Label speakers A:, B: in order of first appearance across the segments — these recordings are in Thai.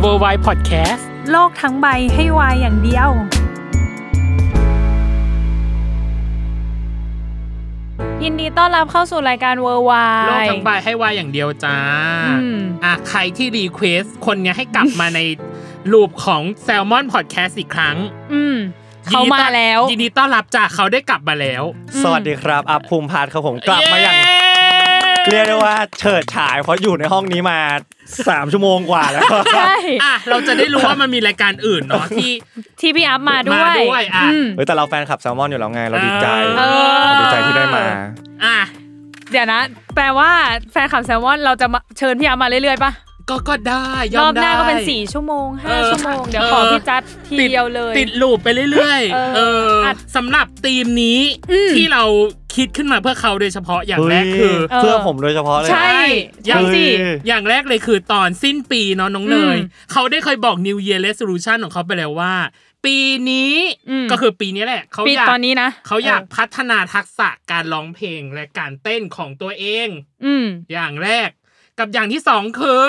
A: เวอร์ไวพอดแคสต์
B: โลกทั้งใบให้วายอย่างเดียว ยินดีต้อนรับเข้าสู่รายการเวอร์วาย
A: โลกทั้งใบให้วายอย่างเดียวจ้า
B: อืม
A: อ่ะใครที่รีเควสคนเนี้ยให้กลับมาในลูปของแซลมอนพอดแคสต์อีกครั้ง
B: อืม เขามาแล้ว
A: ยินดีต้อนรับจ้าเขาได้กลับมาแล้ว
C: สวัสดีครับ อัพภูมิพัฒน์ครับผมกลับมาอย่าง เรียกได้ว่าเฉิดฉายเพราะอยู่ในห้องนี้มา 3 ชั่วโมงกว่าแล้ว
B: ใช่
A: อ่ะเราจะได้รู้ว่ามันมีรายการอื่นเนาะที่
B: ที่พี่อัพมาด้วย
A: มาด้วยอ่ะ
B: อืม
C: เฮ้ยแต่เราแฟนคลับแซลมอนอยู่แล้วไงเราดีใจ
A: เออ
C: เราดีใจที่ได้มา
A: อ่ะ
B: เดี๋ยวนะ แปลว่าแฟนคลับแซลมอนเราจะมาเชิญพี่อัพมาเรื่อยๆปะ
A: ก็ก็ได้ย
B: ร
A: อ
B: อ
A: ม
B: บ
A: ได้
B: หน้าก็เป็น 4 ชั่วโมง
A: เออ
B: 5 ชั่วโมง เดี๋ยวขอ
A: เออ
B: พี่จัดทีเดียวเลย
A: ติดลูปไปเรื่อยๆ
B: เอ
A: เอ
B: อ
A: อ
B: อัด
A: สำหรับธีมนี้ที่เราคิดขึ้นมาเพื่อเขาโดยเฉพาะอย่างแรก
C: เฮ้ย
A: คือ
B: เออ
C: เพื่อผมโดยเฉพาะเลย
B: ใช่
A: อ
B: ยั
A: ย่างง
B: สิ
C: เฮ้ย
A: อย่างแรกเลยคือตอนสิ้นปีเนาะน้องเนย
B: อืม
A: เขาได้เคยบอก New Year Resolution ของเขาไปแล้วว่า ปีนี้
B: อืม
A: ก็คือปีนี้แหละเขา
B: ปี
A: อยาก
B: ตอนนี้นะ
A: เขาอยากพัฒนาทักษะการร้องเพลงและการเต้นของตัวเอง
B: อืม
A: อย่างแรก กับอย่างที่สองคือ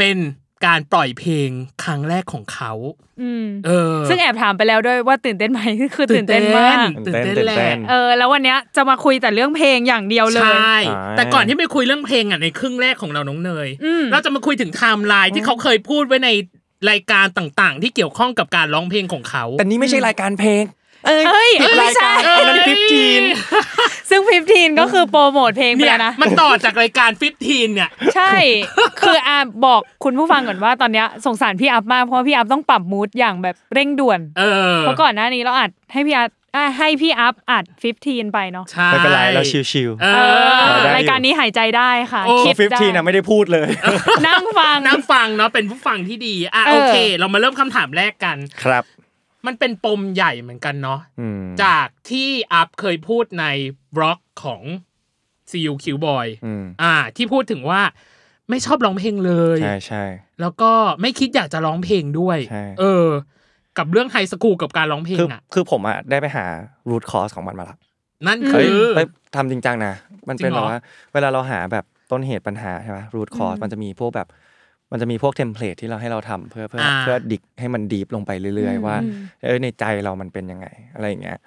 A: เป็นการปล่อยเพลงครั้งแรกของเขา
B: อืม
A: เออ
B: ซึ่งแอบถามไปแล้วด้วยว่าตื่นเต้นไหม คือตื่นเต้นมาก
A: ตื่นเต้น
C: ตื่น
A: แห
C: เต้
A: ละ
C: น
B: เออ แล้ววันเนี้ยจะมาคุยแต่เรื่องเพลงอย่างเดียวเล
A: ใช
B: ย
A: ่
C: อ่า
A: แต่ก่อนที่ไปคุยเรื่องเพลงอ่ะในครึ่งแรกของเราน้องเนย
B: อืม
A: เราจะมาคุยถึงไทม์ไลน์ที่เขาเคยพูดไว้ในรายการต่างๆ ที่เกี่ยวข้องกับการร้องเพลงของเขา
C: แต่นี่ไม่ใช่รายการเพลง เ
B: เอ้
C: อ้
B: ย
C: ยผิด
B: ไม่
C: ราย
B: ใช่
C: การอันนั้นพิจีน
B: ซึ่งฟิฟทีนก็คือโปรโมทเพลงไป
A: เนี่ย
B: แล้วนะ
A: มันต่อจากรายการฟิฟทีนเนี่ย
B: ใช่ คืออาบอกคุณผู้ฟังก่อนว่าตอนเนี้ยสงสารพี่อัพมาก เพราะว่าพี่อัพต้องปรับมูดอย่างแบบเร่งด่วน
A: เออ
B: เพราะก่อนหน้านี้เราอัดให้พี่อัพอ่ะให้พี่อัพอัดฟิฟทีนไปเนาะ
A: ใช่
C: ไม่เป็นไรเราชิว
A: เอ
B: เอ
A: อ
B: อ
C: ได้อยู่
B: รายการนี้หายใจได้ค่ะ
A: โอ้
C: ๆ
B: คิด
C: ฟิฟ
B: ได้
C: ทีนะไม่ได้พูดเลย
B: นั่งฟัง
A: นั่งฟังเนาะเป็นผู้ฟังที่ดีอ่ะ
B: เออ
A: โอเค เรามาเริ่มคำถามแรกกัน
C: ครับ
A: มันเป็นปมใหญ่เหมือนกันเนาะ
C: อืม
A: จากที่อัพเคยพูดในบล็อกของ CUQ Boy
C: อืม
A: อ่า ที่พูดถึงว่าไม่ชอบร้องเพลงเลย
C: ใช่ใช่
A: แล้วก็ไม่คิดอยากจะร้องเพลงด้วย
C: ใช่
A: เออ กับเรื่องไฮสคูลกับการร้องเพลง
C: คือ
A: อ่ะ
C: คือผมอ่ะได้ไปหารูทคอสของมันมาละ
A: นั่น
C: เฮ้ย
A: คือ
C: เฮ้ยทำจริงจังนะ มันเป็น
A: จริงเหรอ
C: แบบว่า เวลาเราหาแบบต้นเหตุปัญหาใช่ไหมรูทคอร์สมันจะมีพวกแบบ มันจะมีพวกเทมเพลตที่เราให้เราทำเพื่อเพื่ออา เพื่อดิกให้มันดีฟลงไปเรื่อย ๆ ว่า
B: อืม
C: เอยในใจเรามันเป็นยังไง อะไรอย่างเงี้ย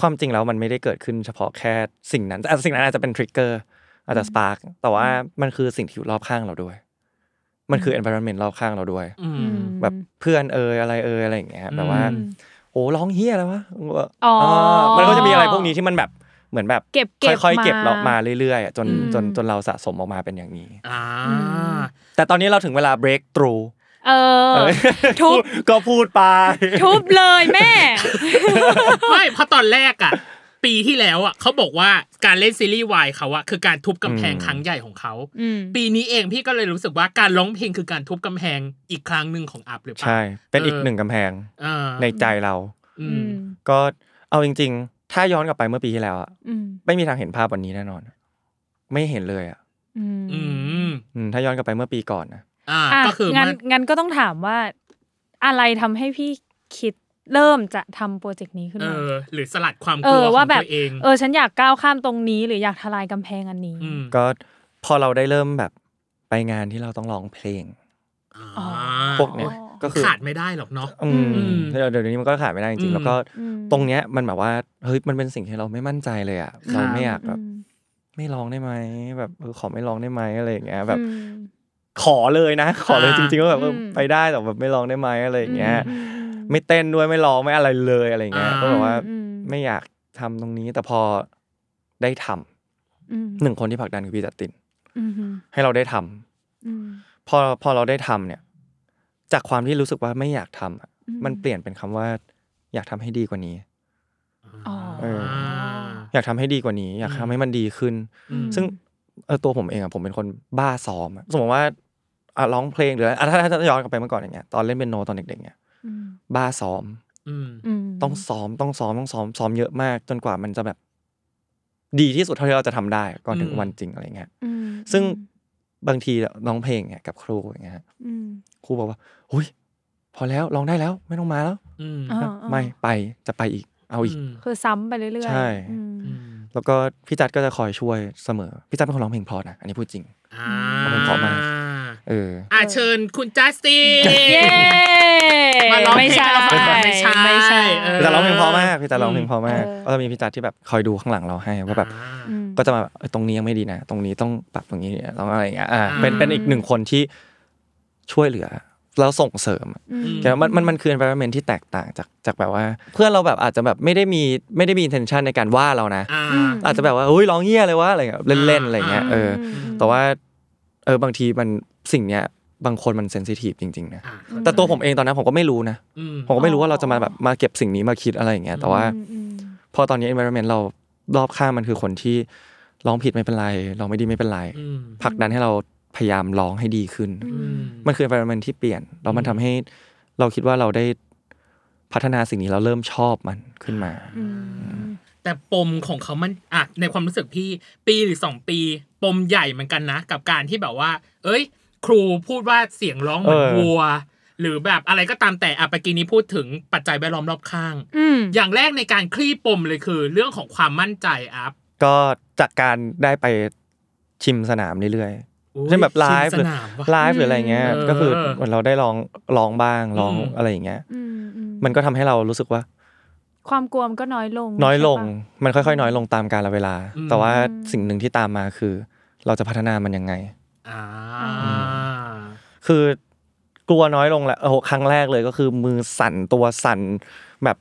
C: ความจริงแล้วมันไม่ได้เกิดขึ้นเฉพาะแค่สิ่งนั้นแต่สิ่งนั้นอาจจะเป็นทริกเกอร์อาจจะสปาร์กแต่ว่ามันคือสิ่งที่อยู่รอบข้างเราด้วย มันคือ environment รอบข้างเราด้วย
A: อื
B: อื
A: ม
B: ม
C: แบบเพื่อนเอยอะไรเอยอะไรอย่างเงี้ยแบบว่า
A: อืม
C: โอ้ร้องเฮียแล้ววะ
B: อ๋อ
C: มันก็จะมีอะไรพวกนี้ที่มันแบบเหมือนแบบ
B: เก็บเก็บ
C: ค่อยๆเก็บ
B: มา
C: เรามาเรื่อยๆอ่ะจน
B: อืม
C: จนจนเราสะสมออกมาเป็นอย่างนี้
A: อ่า
C: แต่ตอนนี้เราถึงเวลา break through
B: เออ
C: เอ้ย
B: ทุบ
C: ก็พูดไป
B: ทุบเลยแม่
A: ไม่เพราะตอนแรกอะปีที่แล้วอะเขาบอกว่าการเล่นซีรีส์วายเขาอะคือการทุบกำแพง
C: อืม
A: ครั้งใหญ่ของเขา
B: อืม
A: ปีนี้เองพี่ก็เลยรู้สึกว่าการร้องเพลงคือการทุบกำแพงอีกครั้งหนึ่งของอัพหรือเปล่า
C: ใช่ เป็นอีกหนึ่งกำแพง
A: เออ
C: ในใจเรา
A: อื
B: อื
A: ม
B: ม
C: ก็เอาจริง ๆ ถ้าย้อนกลับไปเมื่อปีที่แล้วอ่ะ
B: อืม
C: ไม่มีทางเห็นภาพวันนี้แน่นอน ไม่เห็นเลยอ่ะ
B: อืม
A: อืม
C: อืมถ้าย้อนกลับไปเมื่อปีก่อนนะ
A: อ่า
B: อ่ะ
A: ก็คือ
B: งั้น
A: มัน
B: งั้นก็ต้องถามว่า อะไรทำให้พี่คิดเริ่มจะทำโปรเจกต์นี้ขึ้น
A: เอ
B: มา
A: อ หรือสลัดความ
B: เอก
A: ลั
B: อ
A: วขอ
B: ว่าง แบบ
A: ตัวเอง
B: เออ ฉันอยากก้าวข้ามตรงนี้ หรืออยากทลายกำแพงอันนี้
A: ม
C: ก็พอเราได้เริ่มแบบไปงานที่เราต้องร้องเพลง
A: อ่า
C: พวกเนี้ย ก็คือ
A: ขาดไม่ได้หรอกเนาะ
C: อืม
A: อืม
C: เดี๋ยวนี้มันก็ขาดไม่ได้จริ
A: อื
C: ง
A: ม
C: ๆแล้วก็
B: อืม
C: ตรงเนี้ยมันแบบว่าเฮ้ยมันเป็นสิ่งที่เราไม่มั่นใจเลยอ่ะเราไม่อยากแบบ
B: อืม
C: ไม่ลองได้ไหมแบบเออขอไม่ลองได้ไหมอะไรอย่างเงี้ยแบบ
B: อืม
C: ขอเลยนะ ขอเลย
A: อ่า
C: จริงๆว่าแบบเอออ
B: ม
C: ไปได้แต่แบบไม่ลองได้ไหมอะไรอย่างเงี้ย
B: อืม
C: ไม่เต้นด้วยไม่ร้องไม่อะไรเลยอะไรอย่างเงี้ย
A: อ่า
C: ก็แบบว่า
B: อืมอืม
C: ไม่อยากทำตรงนี้แต่พอได้ท
B: อืม
C: ำหนึ่งคนที่ผลักดันคือพี่จัดติน
B: อืม
C: ให้เราได้ทำ
B: อืม
C: พอพอเราได้ทำเนี่ย จากความที่รู้สึกว่าไม่อยากทำอะ
B: อืม
C: มันเปลี่ยนเป็นคำว่า อยากทำให้ดีกว่านี้
B: อ๋อ
C: เออ
A: อ่า
C: อยากทำให้ดีกว่านี้ อยากทำให้มันดีขึ้น
A: อืม
C: ซึ่งเออตัวผมเองอะผมเป็นคนบ้าซ้อมอะสมมติว่าอ่ะร้องเพลงหรืออะไรอ่ะถ้าถ้าถ้าย้อนกลับไปเมื่อก่อนอย่างเงี้ยตอนเล่นเปียโนตอนเด็กๆเนี่ย
B: อืม
C: บ้าซ้อม
A: อืม
B: ม
C: ต้องซ้อมต้องซ้อมต้องซ้อมซ้อมเยอะมาก จนกว่ามันจะแบบ ดีที่สุดเท่าที่เราจะทำได้ก่อนถึง
A: อืม
C: วันจริงอะไรเงี้ย
B: อืม
C: ซึ่งบางทีน้องเพลงเนี่ยกับครูอย่างเงี้ยฮะ
B: อืม
C: ครูบอกว่าหุยพอแล้วร้องได้แล้วไม่ต้องมาแล้ว
A: อืม
B: อ่าอ่า
C: ไม่ไปจะไปอีกเอาอีก
A: ม
B: คือซ้ำไปเรื่อยๆ
C: ใช่
B: อืม
A: อืม
C: แล้วก็พี่จัดก็จะคอยช่วยเสมอพี่จัดเป็นคนร้องเพลงเพราะนะอันนี้พูดจริง
A: อ่า
C: ขอบคุณขอบมาก เออ
A: อ่าเชิญคุณจัสติ
B: เย้
A: มาร้องเพลง
B: ไม่ใช่
A: ให้เราฟังไม่ใช่
B: ไม่ใช่
A: เอ
C: พี่ตาร้องเพลงเพอมากพี่ตาร้องเพลงเพอมาก
B: เออ
C: ก็จะมีพี่ตาที่แบบคอยดูข้างหลังเราให้ว่าแบบ
B: ม
C: ก็จะมาแบบเอ้ยตรงนี้ยังไม่ดีนะ ตรงนี้ต้องปรับตรงนี้ต้องอะไรอย่างเงี้ยอ่า
A: อืม
C: เป็นเป็นอีกหนึ่งคนที่ช่วยเหลือแล้วส่งเสริม
B: อืม
C: แต่ว่ามันมันมันคือ environment ที่แตกต่างจากจากแบบว่า เพื่อนเราแบบอาจจะแบบไม่ได้มีไม่ได้มี intention ในการว่าเรานะ
A: อ่า
C: อาจจะแบบว่าเฮ้ยร้องเหี้ยเลยวะอะไรเงี้ยเล่นๆอะไรเงี้ยเอออ
B: ม
C: แต่ว่าเออบางทีมันสิ่งเนี้ยบางคนมัน sensitive จริงๆนะ
A: อ่า
C: แต่ตัวผมเองตอนนั้นผมก็ไม่รู้นะ
A: อืม
C: ผมก็ไม่รู้ว่าเราจะมาแบบมาเก็บสิ่งนี้มาคิดอะไรอย่างเงี้ย แต่ว่า
B: อืมอืม
C: พอตอนนี้ environment เรารอบข้างมันคือคนที่ร้องผิดไม่เป็นไรร้องไม่ดีไม่เป็นไร
A: อืม
C: ผลักดันให้เราพยายามร้องให้ดีขึ้น
A: อืม
C: มันคือ environment ที่เปลี่ยนแล้วมันทำให้เราคิดว่าเราได้พัฒนาสิ่งนี้เราเริ่มชอบมันขึ้นมา
B: อืม
A: แต่ปมของเขามันอ่ะในความรู้สึกพี่ปีหรือสองปี ปมใหญ่เหมือนกันนะ กับการที่แบบว่า เอ้ย ครูพูดว่าเสียงร้องเหมือน
C: เออ
A: วัว หรือแบบอะไรก็ตามแต่อ่ะปกี้นี้พูดถึงปัจจัยแวดล้อมรอบข้าง
B: อืม
A: อย่างแรกในการคลี่ปมเลยคือ เรื่องของความมั่นใจอัพ
C: ก็จากการได้ไปชิมสนามเรื่อย
A: อุ๊ย
C: ๆเช่นแบบไลฟ์
A: ชิงส
C: หรือน
A: ามว่ะ
C: ไลฟ์หรืออะไรเงี้ย
A: เออ
C: ก็คือเหมือนเราได้ลองลองบ้างลอง
A: อืม
C: อะไรอย่างเงี้ย
B: อืมอืม
C: มันก็ทำให้เรารู้สึกว่า
B: ความกลัวมันก็น้อยลง
C: น้อยลง
B: ใช่ปะ
C: มันค่อยๆ น้อยลงตามกาลเวลา
A: อืม
C: แต่ว่าสิ่งหนึ่งที่ตามมาคือ เราจะพัฒนามันยังไง
A: อ่า
C: คือกลัวน้อยลงแหละโอ้โหครั้งแรกเลยก็คือมือสั่นตัวสั่นแบบ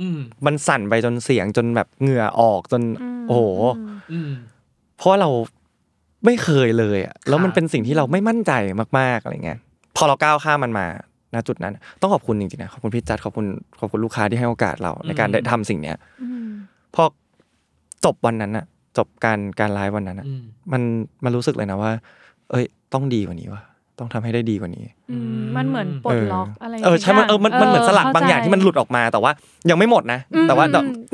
A: อืม
C: มันสั่นไปจนเสียงจนแบบเหงื่อออกจน
B: อืม
C: โอ้โห
B: อืม
A: อืม
C: เพราะเราไม่เคยเลยอะแล้วมัน
A: ครับ
C: เป็นสิ่งที่เราไม่มั่นใจมากๆอะไรเงี้ยพอเราก้าวข้ามมันมาณจุดนั้น ต้องขอบคุณจริงๆนะขอบคุณพี่จัดขอบคุณขอบคุณลูกค้าที่ให้โอกาสเราในการได้ทำสิ่งเนี้ย
B: อืม
C: พอจบวันนั้นอะจบการการไลฟ์วันนั้นอะ
A: อืม
C: มันมันรู้สึกเลยนะว่า เอ้ย ต้องดีกว่านี้ว่ะ ต้องทำให้ได้ดีกว่านี้
B: อืมมันเหมือนปลดล็อกอะไร
C: เออใช่ มันเออมันมันเหมือนสลัก
B: ข้ใจ
C: บางอย่างที่มันหลุดออกมา แต่ว่ายังไม่หมดนะ
B: อืม
C: แต่ว่า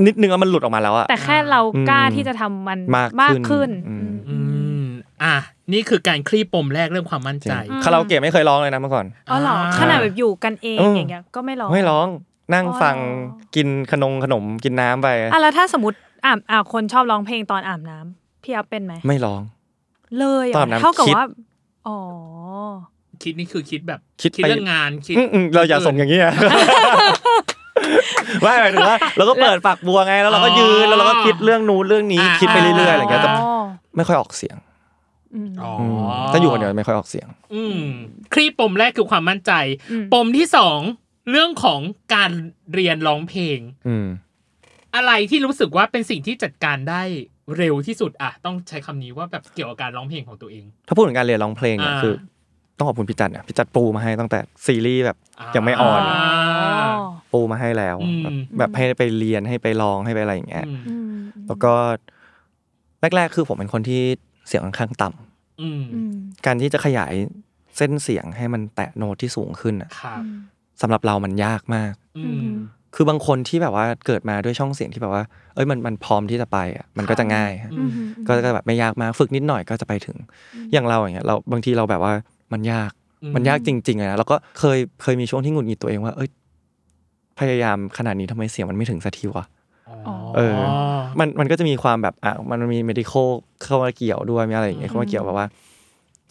C: นิดนึงแล้วมันหลุดออกมาแล้วอะ
B: แต่แค่เรา
C: อืม
B: กล้าที่จะทำมัน
C: มากขึ้นอืม
A: อื
B: อืม
A: มอ่ะนี่คือการคลี่ปมแรกเรื่องความมั่น
C: จริ
A: ใจ
C: ง
B: อืม
C: คาราโอเกะไม่เคยร้องเลยนะเมื่อก่อน
B: อ๋อเหรอ
A: อ่า
B: ขนาดแบบอยู่กันเอง
C: อืม
B: อย่างเงี้ยก็ไม่ร้อง
C: ไม่ร้องนั่ง
B: อ๋อ
C: ฟัง
B: เหรอ
C: กินขนมขนมกินน้ำไป
B: อ่ะแล้วถ้าสมมติอ่าอ่าคนชอบร้องเพลงตอนอาบน้ำพี่อัพเป็นไหม
C: ไม่ร้อง
B: เลยะ
C: ตอนอาบน้ำ
B: เท่ากับ
C: คิด
B: ว่าอ๋อ
A: คิดนี่คือคิดแบบ
C: คิด
A: คิด
C: ไป
A: เรื่องงานคิด
C: อืมอืมเราอย่าส่งอย่างนี้อะ ไม่หมายถึงว่าเราก็เปิดฝักบัวไงแล้วเราก็ยืนแล้วเราก็คิดเรื่องนู้นเรื่องนี้
A: อ่า
C: คิดไปเรื่อยๆอะไรอย่างเงี้ยแต่
B: อ
C: ไม่ค่อยออกเสียง
B: อืม
A: อ๋อ
C: มถ้าอยู่คนเดียวไม่ค่อยออกเสียง
A: อืมคลี่ปมแรกคือความมั่นใจ
B: อืม
A: ปมที่สองเรื่องของการเรียนร้องเพลง
C: อืม
A: อะไรที่รู้สึกว่าเป็นสิ่งที่จัดการได้เร็วที่สุดอะต้องใช้คำนี้ว่าแบบเกี่ยวกับการร้องเพลงของตัวเอง
C: ถ้าพูดถึงการเรียนร้องเพลงเนี่ย
A: อ่า
C: คือ ต้องขอบคุณพี่จันเนี่ยพี่จันปูมาให้ตั้งแต่ซีรีส์แบบยังไม่ออน
A: อ่า
C: ปูมาให้แล้ว
A: อืม
C: แบบแบบให้ไปเรียนให้ไปลองให้ไปอะไรอย่างเงี้ย
A: อืม
B: อืม
C: แล้วก็ แรก ๆ คือผมเป็นคนที่เสียงค่อนข้างต่ำ
A: อืม
B: อืม
C: การที่จะขยายเส้นเสียงให้มันแตะโน้ตที่สูงขึ้นอะ
A: ครับ
C: สำหรับเรามันยากมาก
A: อื
B: อื
A: ม
B: ม
C: คือบางคนที่แบบว่าเกิดมาด้วยช่องเสียงที่แบบว่า เอ้ยมันมันพร้อมที่จะไปอ่ะมันก็จะง่ายฮะ
A: อืม
C: ก็จะแบบไม่ยากมากฝึกนิดหน่อยก็จะไปถึง อย่างเราอย่างเงี้ยเราบางทีเราแบบว่ามันยาก
A: อืม
C: มันยากจริงๆเลยนะแล้วก็เคยเคยมีช่วงที่หงุดหงิดตัวเองว่า เอ้ยพยายามขนาดนี้ทำไมเสียงมันไม่ถึงสักทีวะ เออ มันมันก็จะมีความแบบอ่ะมันมี medical เข้ามาเกี่ยวด้วยมีอะไรอย่างเงี้ยเข้ามาเกี่ยวแบบว่า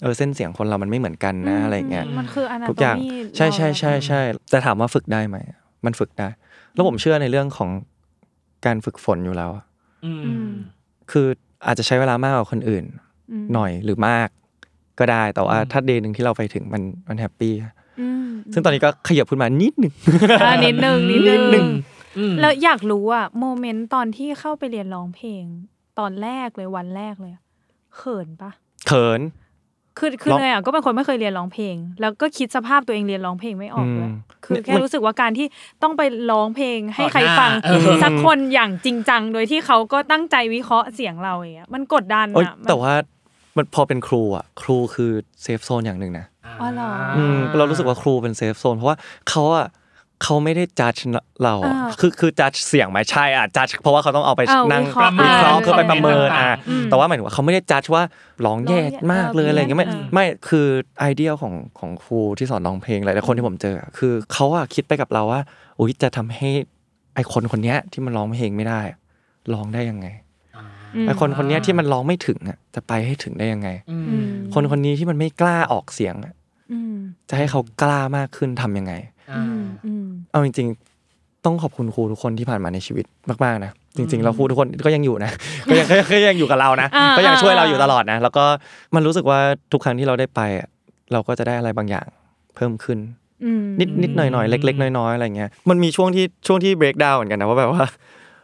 C: เออเส้นเสียงคนเรามันไม่เหมือนกันนะอะไรอย่างเงี้ย
B: มันคืออนา
C: ทุกอย่างใช่ใช่ใช่ใช่แต่ถามว่าฝึกได้ไหมมันฝึกได้ แล้วผมเชื่อในเรื่องของการฝึกฝนอยู่แล้วอะ
A: อืม
C: คืออาจจะใช้เวลามากกว่าคนอื่น หน่อยหรือมากก็ได้แต่ว่า
A: อืม
C: ถ้าเดย์หนึ่งที่เราไปถึงมันมันแฮปปี้อะซึ่งตอน
B: นี้
C: นี้ก็ขยับขึ้นมานิดหนึ่ง
B: นิดนึ งนิด
A: นิดนึ
B: นึ
A: ง
B: ง
A: อืม
B: แล้วอยากรู้อะโมเมนต์ตอนที่เข้าไปเรียนร้องเพลง ตอนแรกเลยวันแรกเลยอะเขินปะ
C: เขิน
B: คือคือ
C: ร้อง
B: เนยอะก็เป็นคนไม่เคยเรียนร้องเพลง แล้วก็คิดสภาพตัวเองเรียนร้องเพลงไม่ออกเลย
C: อืม
B: คือแค่
C: มัน
B: รู้สึกว่าการที่ต้องไปร้องเพลงให้ใครฟัง
A: เออ
B: สักคนอย่างจริงจัง โดยที่เขาก็ตั้งใจวิเคราะห์เสียงเราอย่างเงี้ยมันกดดัน
C: เอ้ย
B: อะมัน
C: แต่ว่ามันพอเป็นครูอ่ะ ครูคือเซฟโซนอย่างหนึ่งนะ
B: อ๋อเหรอ
C: อืมเรารู้สึกว่าครูเป็นเซฟโซนเพราะว่าเขาอ่ะเขาไม่ได้จัดเราอะ
B: อ่า
C: คือคือจัดเสียงไหมใช่อ่ะจัดเพราะว่าเขาต้องเอาไป
B: อ่า
C: นั่ง
B: วิ
C: วิ
B: เคราะห์
C: เคราะห์
B: มา
C: เพื่อไปประเมิน
A: ต่างๆ
C: อ่ะ
B: อืม
C: แต่ว่าหมายถึงว่าเขาไม่ได้จัดว่าร้องแย่มากเลยอะไรอย่างเงี้ยไม่
B: เออ
C: ไม่คือไอเดียของของครูที่สอนร้องเพลงหลายๆคนที่ผมเจออะคือเขาอ่ะคิดไปกับเราว่าอุ้ยจะทำให้ไอคนคนเนี้ยที่มันร้องเพลงไม่ได้อะร้องได้ยังไง
B: อืม
C: ไอคนคนเนี้ยที่มันร้องไม่ถึงอ่ะจะไปให้ถึงได้ยังไง
A: อื
B: อื
A: ม
B: ม
C: คนคนนี้ที่มันไม่กล้าออกเสียงอะ
B: อืม
C: จะให้เขากล้ามากขึ้นทำยังไง
A: อ่า
B: อืมอืม
C: เอาจริง ๆ ต้องขอบคุณครูทุกคนที่ผ่านมาในชีวิตมากๆนะจริ
A: อื
C: ง
A: ม
C: ๆ เราครูทุกคนก็ยังอยู่นะ ก็ยังก็ยังก็ยังอยู่กับเรานะ
B: อ่า
C: ก็ยังช่วยเราอยู่
B: อ่า
C: ตลอดนะ แล้วก็มันรู้สึกว่าทุกครั้งที่เราได้ไปอะเราก็จะได้อะไรบางอย่างเพิ่มขึ้น
B: อืม
C: นิดนิดหน่อยหน่อยๆเล็ก ๆ น้อยๆอะไรเงี้ยมันมีช่วงที่ช่วงที่เบรกดาวเหมือนกันนะว่าแบบว่า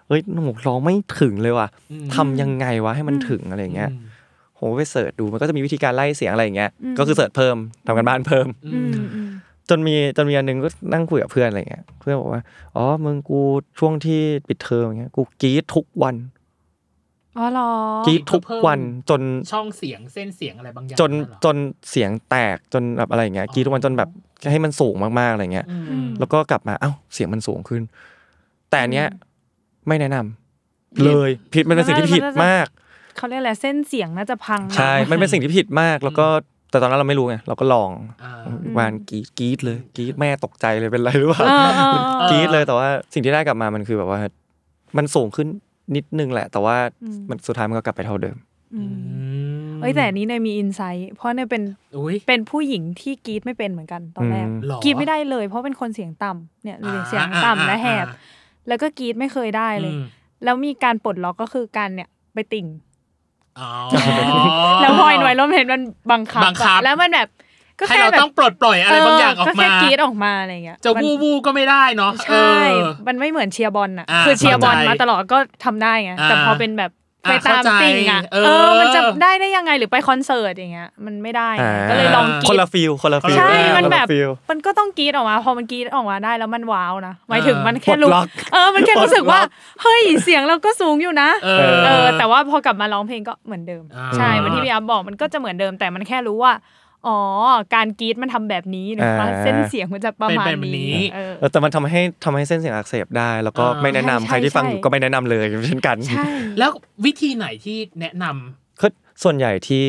C: เฮ้ยหนูร้องไม่ถึงเลยว่ะ
A: อืม
C: ทำยังไงวะให้มันถึงอะไรเงี้ย ผมก็ไปเสิร์ชดูมันก็จะมีวิธีการไล่เสียงอะไรอย่างเงี้ย
B: อืม
C: ก็คือเสิร์ชเพิ่มทำกันบ้านเพิ่ม
B: อืมอืม
C: จนมีจนมีอันหนึงก็นั่งคุยกับเพื่อนอะไรเงี้ย เพื่อนบอกว่า อ๋อมึงกูช่วงที่ปิดเทอมอย่างเงี้ย กูกรีดทุกวัน
B: อ๋อเหรอ
C: กรีดทุกวันจน
A: ช่องเสียงเส้นเสียงอะไรบางอย่าง
C: จน
A: เหรอ
C: จนเสียงแตกจนแบบอะไรอย่างเงี้ย
A: อ๋อ
C: กรีดทุกวันจนแบบให้มันสูงมากๆอะไรเงี้ย
A: อืม
B: ม
C: แล้วก็กลับมาเอ้าเสียงมันสูงขึ้น แต่อันเนี้ยไม่แนะนำ
A: ผิด
C: เลยผิดมันเป็นสิ่งที่ผิดมาก
B: เขาเรียกอะไรเส้นเสียงน่าจะพัง
C: ใช่ มันเป็นสิ่งที่ผิดมาก แล้วก็แต่ตอนนั้นเราไม่รู้ไงเราก็ลอง
A: อ่า
C: วานกรีดกรีดเลยกรีดแม่ตกใจเลยเป็นไรหรือเปล่า
B: เอ อเออเออ
C: กรีดเลยแต่ว่าสิ่งที่ได้กลับมามันคือแบบว่า มันสูงขึ้นนิดนึงแหละ แต่ว่า
B: อืม
C: มันสุดท้ายมันก็กลับไปเท่าเดิม
B: อืมเอ้ยแต่อันนี้เนยมีอินไซต์เพราะเนยเป็น
A: อุ้ย
B: เป็นผู้หญิงที่กรีดไม่เป็นเหมือนกันตอนแรก
C: อืม
A: หรอ
B: กรีดไม่ได้เลย เพราะเป็นคนเสียงต่ำเนี่ย
A: อ่า
B: เสียงต่ำและแหบ
A: อ่า
B: แล้วก็กรีดไม่เคยได้
A: อ่า
B: เลย
A: อืม
B: แล้วมีการปลดล็อกก็คือการเนี่ยไปติ่ง
A: อ๋อ
B: แล้วพลอยหน่วยล้มเห็นมันบังคับ
A: บังคับ
B: แล้วมันแบบก็
A: ให้
B: แค่
A: เรา
B: แบบ
A: ต้องปลดปล่อยอะไรบางอย่างออก
B: ก็แค่
A: มาก
B: รีดออกมาอะไรอย่างเงี้ย
A: จะ
B: มัน
A: วู้วู้ก็ไม่ได้เนาะ
B: ใช่
A: เออ
B: มันไม่เหมือนเชียร์บอลน่ะ
A: อ่า
B: คือเชียร์บอล
A: เข้าใจ
B: มาตลอดก็ทำได้ไง
A: อ่า
B: แต่พอเป็นแบบ
A: อ่า
B: ไปตาม
A: เข้าใจ
B: ติ่งอ่ะ
A: เออ
B: เออ มันจะได้ได้ยังไงหรือไปคอนเสิร์ตอย่างเงี้ย มันไม่ได้ไง
C: อ่า
B: ก็เลยลองก
C: ค
B: รี
C: น
B: ด
C: ละฟิลคนละฟิล
B: ใช่ มัน
C: คละ
B: แบบ
C: ฟิล
B: มันก็ต้องกรีดออกมา พอมันกรีดออกมาได้แล้วมันว้าวนะ หมายถึง
A: อ่ามั
B: มันแค่รู้
C: ปลดล็อก
B: เออ มันแค่รู้สึกว่า เฮ้ย เสียงเราก็สูงอยู่นะ
A: เออ
B: เออ แต่ว่าพอกลับมาร้องเพลงก็เหมือนเดิม
A: อ่า
B: ใช่เหมือนที่พี่อัพบอก มันก็จะเหมือนเดิม แต่มันแค่รู้ว่า อ๋อ การกรีดมันทำแบบนี้นะคะ
C: อ่า
B: เส้นเสียงมันจะประมาณ
A: เป็นแบบนี้
B: นี้เออ
C: เออแต่มันทำให้ทำให้เส้นเสียงอักเสบได้ แล้วก็
A: อ่า
C: ไม่แนะนำ
B: ใช่
C: ใครที่ฟังอยู่
B: ใช่
C: ก็ไม่แนะนำเลย เช่นกัน
B: ใช่
A: แล้ววิธีไหนที่แนะนำ
C: คือส่วนใหญ่ที่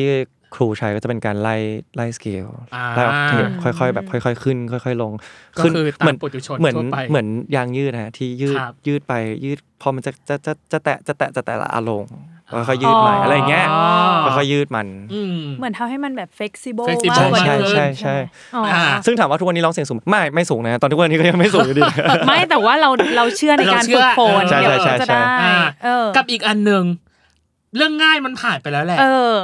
C: ครูใช้ก็จะเป็นการไล่ไล่สเกล
A: อ่า
C: ไล่ออกเทปค่อยๆ แบบค่อย ๆ ขึ้น ค่อย ๆ ลง
A: ก็
C: ขึ้น
A: คือตาม
C: เหมือน
A: ปุถุชน
C: เหมือน
A: ทั่วไป
C: เหมือนยางยืดนะฮะที่ยืด
A: ครับ
C: ยืดไปยืดพอมันจะจะจะจะแตะจะแตะจะแตะละอารมณ์ค่อยๆยืดใหม่
B: อ๋ออ
C: อะไรอย่างเงี้ย
A: อ๋อ
C: ค่อยๆยืดมัน
A: อืม
B: เหมือนทำให้มันแบบ flexible
A: flexible
B: มาก
C: ใช่
B: กว่า
C: ใช่
B: เดิม
A: ขึ้น
C: ใช่ใช่
B: อ๋ออ่
A: อ่า
C: ซึ่งถามว่าทุกวันนี้ร้องเสียงสูงไหมไม่ไม่สูงนะตอนทุกวันนี้ก็ยังไม่สูงอยู่ดี
B: ไม่แต่ว่าเราเราเชื่อในการ
A: เราเชื่
B: ฝึ
A: อก
B: ฝน
A: ใช่
B: เดี๋ยว
C: ใช่
B: ก็จะ
C: ใช่
B: ได้
A: อ่า
B: เออ
A: กับอีกอันหนึ่งเรื่องง่ายมันผ่านไปแล้วแหละ
B: เออ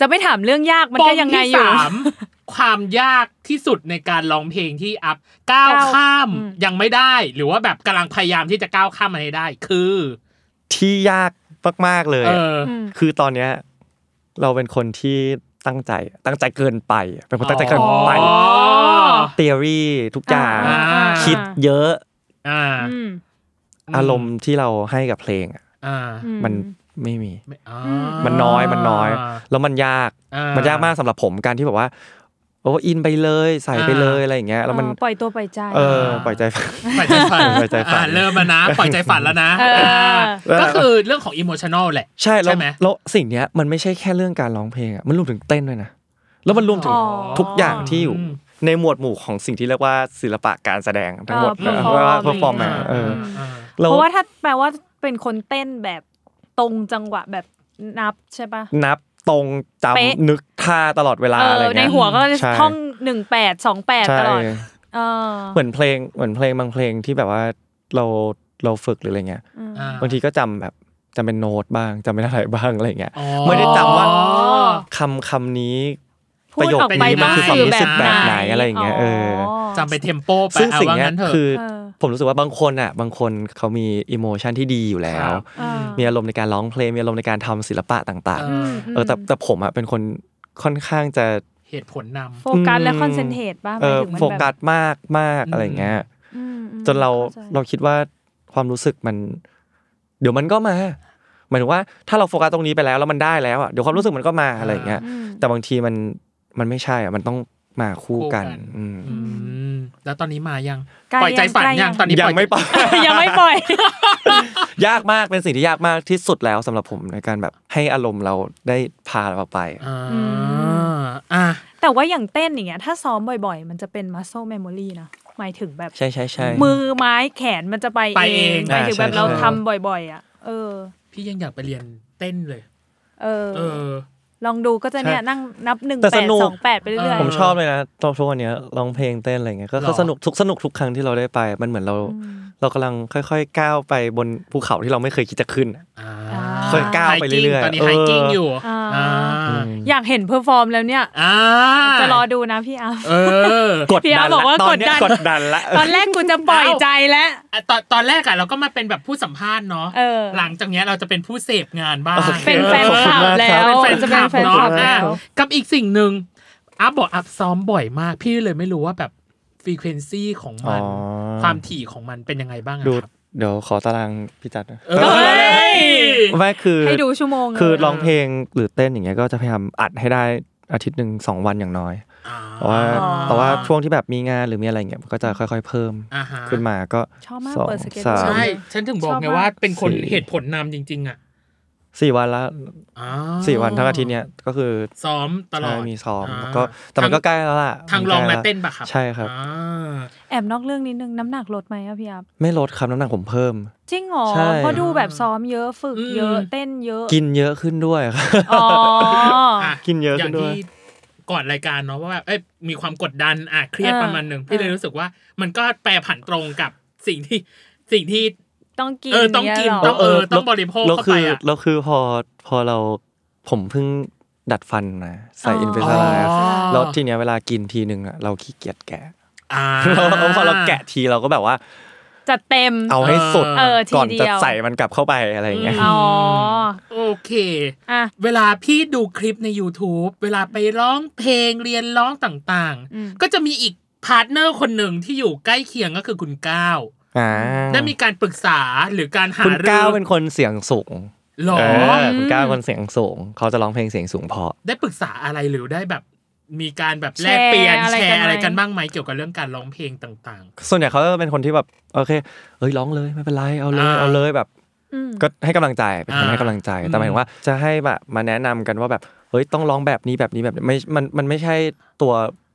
B: จะไม่ถามเรื่องยากมันก็ยังไงอยู่
A: ปมที่สามความยากที่สุดในการร้องเพลงที่อัพก้าว
B: ก้าว
A: ข้าม
B: อืม
A: ยังไม่ได้ หรือว่าแบบกำลังพยายามที่จะก้าวข้ามมันให้ได้ คือ
C: ที่ยากมากๆเลย
A: เอ
C: อะ
A: อ
B: ม
C: คือตอนเนี้ยเราเป็นคนที่ตั้งใจตั้งใจเกินไป เป็นคนตั้งใจเกินไป
A: อ๋อ
C: เทอรี่ทุกอย่าง
A: อ่า
C: คิดเยอะ
A: อ่า
B: อืม
C: อารมณ์ที่เราให้กับเพลงอะ
A: อ่า
B: อื
C: มันไม่มี
A: ไม่อ่า
C: มันน้อยมันน้อย แล้วมันยาก
A: อ่ามั
C: มันยากมากสำหรับผมการที่แบบว่า โอ้อินไปเลยใส่ไปเลยอะไรอย่างเงี้ยแล้วมัน
B: เออปล่อยตัวปล่อยใจ
C: เออ
A: อ่า
C: ปล่อยใจ
A: ปล่อยใจฝัน
C: ปล่อยใจฝัน
A: อ่าเริ่มแล้วนะปล่อยใจฝันแล้วนะ
B: เอออ่
A: าก็คือเรื่องของอิโมชันอลแหละ
C: ใช่แล้ว
A: ใช่ไหม
C: แล้วสิ่งเนี้ยมันไม่ใช่แค่เรื่องการร้องเพลงอะมันรวมถึงเต้นด้วยนะแล้วมันรวมถึง
B: อ๋อ
C: ทุกอย่างที่อยู่ ในหมวดหมู่ของสิ่งที่เรียกว่าศิลปะการแสดงทั้งหมด
B: เออ
C: นะเพราะว่าเพอร์ฟอร์
B: perform
C: แมนเออ
A: อ่า
C: เรา
B: เพราะว่าถ้าแปลว่าเป็นคนเต้นแบบตรงจังหวะแบบนับใช่ปะ
C: นับตรง
B: เป๊ะ
C: จำนึก ท่าตลอดเวลา
B: เอ
C: อะไร
B: อ
C: เงี้ย
B: ในหัวก็
C: ใช่
B: ท่องหนึ่งแปดสองแปดตลอด
C: ใช่
B: เออ
C: เหมือนเพลงเหมือนเพลงบางเพลงที่แบบว่าเราเราฝึกหรืออะไรเงี้ย
A: อ่
C: บางทีก็จำแบบจำเป็นโน้ตบ้างจำเป็นอะไรบ้างอะไรเงี้ย
A: อ๋อ
C: ไม่ได้จำว่า
B: อ๋อ
C: คำคำนี้
B: พู
C: ประ
B: ด
C: โยค
B: ออกไป
C: นี้มันคือความรู้สึกแบบไหน
A: สื่อแบบไหน
C: อะไรอย่างเงี้ยเออ
A: จำไปนเทมโปไป
C: ซึ่ง
A: เอา
C: สิ่ง
A: ว่า
C: เนี้ย
A: งั้นเถอะ
C: คือ
B: เออ
C: ผมรู้สึกว่าบางคนอ่ะบางคนเขามีอิโมชันที่ดีอยู่แล้
A: คว รับ
B: เออ
C: มีอารมณ์ในการร้องเพลงมีอารมณ์ในการทำศิลปะต่าง
A: เอ
B: ม
A: อ
C: ๆ เออแต่แต่ผมอ่ะเป็นคนค่อนข้างจะ
A: เหตุผลน
B: โฟกัสและ
C: อืม
B: คอนเซนเทรตบ้าง
C: เออ
B: หมายถึงมัน
C: โฟกั
B: แบบ
C: สมากมากอะไรอย่างเงี้ย
B: อืมอืม
C: จนเรา
B: ข้ใจ
C: เราคิดว่าความรู้สึกมัน เดี๋ยวมันก็มาหมายถึงว่าถ้าเราโฟกัสตรงนี้ไปแล้วแล้วมันได้แล้วอ่ะเดี๋ยวความรู้สึกมันก็มาอะไรอย่างเงี้ย
B: อืม
C: แต่บางทีมันมันไม่ใช่อ่ะมันต้องมาคู่กันอืม
A: ำอืมแล้วตอนนี้มายัง
B: ใกล้
A: ปล่อยใจฝัน
B: ยั
A: ยั
B: งใกล้ยั
A: ง
B: ง
A: ตอนนี้
C: ยังไม่
A: ป
C: ป
A: ล่
C: ล่
A: อ
C: อย ย
B: ยังไม่ปล่อย
C: ยากมากเป็นสิ่งที่ยากมากที่สุดแล้วสำหรับผมในการแบบให้อารมณ์เราได้พาเราไป
A: อ่า
B: อื
A: อ่ะ
B: แต่ว่าอย่างเต้นอย่างเงี้ยถ้าซ้อมบ่อยๆ มันจะเป็น muscle memory นะหมายถึงแบบ
C: ใช่ใช่ใช่
B: มือไม้แขนมันจะไป
A: ไป
B: เอ
A: เอง ง
B: หมายถึงแบบ
C: ใช่
B: เรา
C: ใช่
B: ทำบ่อย ๆ อ่ะ เออ
A: พี่ยังอยากไปเรียนเต้นเลย
B: เออ
A: เออ
B: ลองดูก็จะเนี่ยนั่งนับหนึ่ง
C: แต่
B: แป
C: ส
B: ด
C: นุก
B: สองแปดไปเรื่อยๆ
C: ผมชอบเลยนะตอนทุกวันเนี้ยร้องเพลงเต้นอะไรเงี้ยก็
A: หรอ
C: ก็สนุกทุกสนุกทุกครั้งที่เราได้ไป มันเหมือนเรา เรากำลังค่อย ๆ ก้าวไปบนภูเขาที่เราไม่เคยคิดจะขึ้นอะ
A: อ่า
B: ค่อย
C: ก้าวไปเรื่อยๆ
A: ตอนนี้
C: เออ
A: ไฮกิ้งอยู่
B: อ่า
A: อ่า
B: อยากเห็นเพอร์ฟอร์มแล้วเนี่ย
A: อ่า
B: จะรอดูนะพี่อาร์ม
A: เออ
C: กด
B: พี่อา
C: ดั
B: ร์
C: น
B: ตบอกว่า
C: ละตอนเนี้ย
B: ก
C: ก
B: ด
C: ด
B: ดั
C: ดั
B: น
C: นละ
B: ตอนแรกกูจะปล่อยใจแล้ว
A: อ่ะตอนตอนแรกอะเราก็มาเป็นแบบผู้สัมภาษณ์เนาะ
B: เออ
A: หลังจากเนี้ยเราจะเป็นผู้เสพงานบ้าง
B: เป็นแฟน
A: ออ
B: คลับแล้ว
A: เป็นแฟน
B: จะ
A: ค
B: เป็น
A: ลับ
B: แฟนค
A: เนาะ
B: ลับแล้
A: อ่ะ
B: ว
A: กับอีกสิ่งหนึ่งอัพบอกอัพซ้อมบ่อยมาก พี่เลยไม่รู้ว่าแบบฟรีเควนซีของ
C: อ๋
A: มั
C: อน
A: ความถี่ของมันเป็นยังไงบ้างอะ
C: ดู
A: ครับ
C: เดี๋ยวขอตารางพี่จัดนะ
A: เอ้ย
C: ไม่คือ
B: ให้ดูชั่วโมง
C: คือ
B: เลย
C: ร้องเพลงหรือเต้นอย่างเงี้ยก็จะพยายามอัดให้ได้อาทิตย์หนึ่งสองวันอย่างน้อยแต่ว่าแต่ว่าช่วงที่แบบมีงานหรือมีอะไรเงี้ยมันก็จะค่อย ๆ เพิ่ม
A: อ่าฮะ
C: ขึ้นมาก็
B: ชอบมาก
C: สอง
B: เปิดสเก็ต
C: สาม
A: ใช่ ฉันถึงบอกไงว่าเป็นคนเหตุผลนำจริง ๆ อ่ะ
C: สี่วันละ
A: อ๋อ
C: สี่วันทั้งอาทิตย์เนี้ยก็คือ
A: ซ้อมตลอด
C: ใช่มีซ้อมา แล้วก็แต่มันก็ใกล้แล้วล่ะ
A: ทางลอง
C: มันใก
A: และ
C: แว
A: เต้นปะครับ
C: ใช่ครับ
A: อ่า
B: แอบนอกเรื่องนิดนึงน้ำหนักลดไหมอะพี่อาร์ม
C: ไม่ลดครับน้ำหนักผมเพิ่ม
B: จริงเหรอ
C: ใช่
B: เพราะดูแบบซ้อมเยอะฝึกเยอะ
A: อืม
B: เต้นเยอะ
C: กินเยอะขึ้นด้วยครับ
B: อ๋อ
A: อ่ะ
C: กินเยอะ
A: อย่าง
C: ขึ้นด้วย
A: ที่ก่อนรายการเนาะว่าแบบเอ้ยมีความกดดันอ่ะเครียด
B: เออ
A: ประมาณหนึ่งพี่เลย
B: เออ
A: รู้สึกว่า มันก็แปรผันตรงกับสิ่งที่สิ่งที่
B: ต้องกิน
A: เออต้องกิน
B: ย่า
A: ต้อ
B: เย
A: ง
B: เหร
A: เออ
C: เออ
A: ต้องบริโภค
C: แล้ว
A: เข้า
C: คื
A: ไป
C: อ
A: อ่ะ
C: แล้วคือพอพอเราผมเพิ่งดัดฟันมาใส่อินเฟสไลน์ แล้วทีเนี้ยเวลากินทีนึงอะเราขี้เกียจแกะ
A: อ่า
C: เราพอเราแกะทีเราก็แบบว่า
B: จัดเต็ม
C: เอาให้สุด
A: เออ
B: ที
C: ก่อน
B: เดียว
C: จะใส่มันกลับเข้าไปอะไรอย่างเงี้ย
B: อ๋อ
A: โอเค
B: อ่ะ
A: เวลาพี่ดูคลิปใน YouTube เวลาไปร้องเพลงเรียนร้องต่าง
B: อืม
A: ๆ ก็จะมีอีกพาร์ทเนอร์คนหนึ่งที่อยู่ใกล้เคียงก็คือคุณก้าว
C: อ่า
A: ได้มีการปรึกษาหรือการหา
C: คุณ
A: รือ
C: ก้าวเป็นคนเสียงสูง
A: หรอ
C: เออคุณก้าวเป็นคนเสียงสูง เขาจะร้องเพลงเสียงสูงเพอ
A: ได้ปรึกษาอะไรหรือได้แบบ มีการแบบ
B: แช
A: แล
B: ร์
A: กเปลี่ยน
B: อะไร
A: แช
B: กัน
A: ร์อะไร
B: ไหม
A: กันบ้างไหมเกี่ยวกับเรื่องการร้องเพลงต่าง
C: ส่วนใหญ่เขาจะเป็นคนที่แบบโอเค เอ้ยร้องเลยไม่เป็นไรเอาเลย
A: อ่า
C: เอาเลยแบบ
B: อืม
C: ก็ให้กำลังใจเป็นคน
A: อ่า
C: ให้กำลังใจ แต่หมาย
A: อื
C: ถึ
A: ม
C: งว่าจะให้แบบมาแนะนำกันว่าแบบเฮ้ยต้องร้องแบบนี้แบบนี้แบบนี้ไม่มันมันไม่ใช่ตัว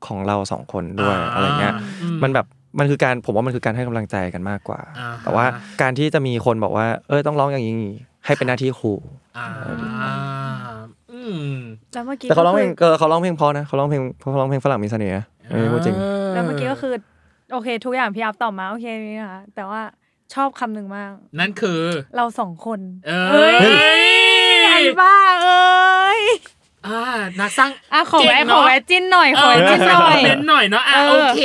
C: ของเราสองคน
A: ๆ
C: ด้วย
A: า
C: อะไรเงี้ย
A: อื
C: มันแบบมันคือการผมว่ามันคือการให้กำลังใจกันมากกว่า
A: อ่าฮะ
C: แต่ว่าการที่จะมีคนบอกว่า เอ้ยต้องร้องอย่างนี้ให้เป็นหน้าที่ครู
A: อ่าอืม
B: แล้วเมื่อกี้
C: แต่เขาร้องเพลง
B: ก็คื
C: เออเขาร้องเพลงเพอนะเขาร้องเพลงเขาร้องเพลงฝรั่งมีเสน่ห์นะเออพูดจริง
B: แล้วเมื่อกี้ก็คือ โอเค ทุกอย่างพี่อัพตอบมาโอเคนี่นะคะแต่ว่าชอบคำหนึ่งมาก
A: นั่นคือ
B: เราสองคน
A: เอ
B: อ้
A: ย
B: ไอ้บ้าเอ้ย
A: อ่านักสร้าง
B: อ่ะขอแวะ
A: เก่ง
B: ข
A: เนอะ
B: อแวะจิ้นหน่อย
A: เอ
B: ขอ
A: อ
B: แวะ
A: ช่
B: จิ้นหน่อ
A: วย ยเน้นหน่อยเนาะอ่ะ
B: เออ
A: โอเค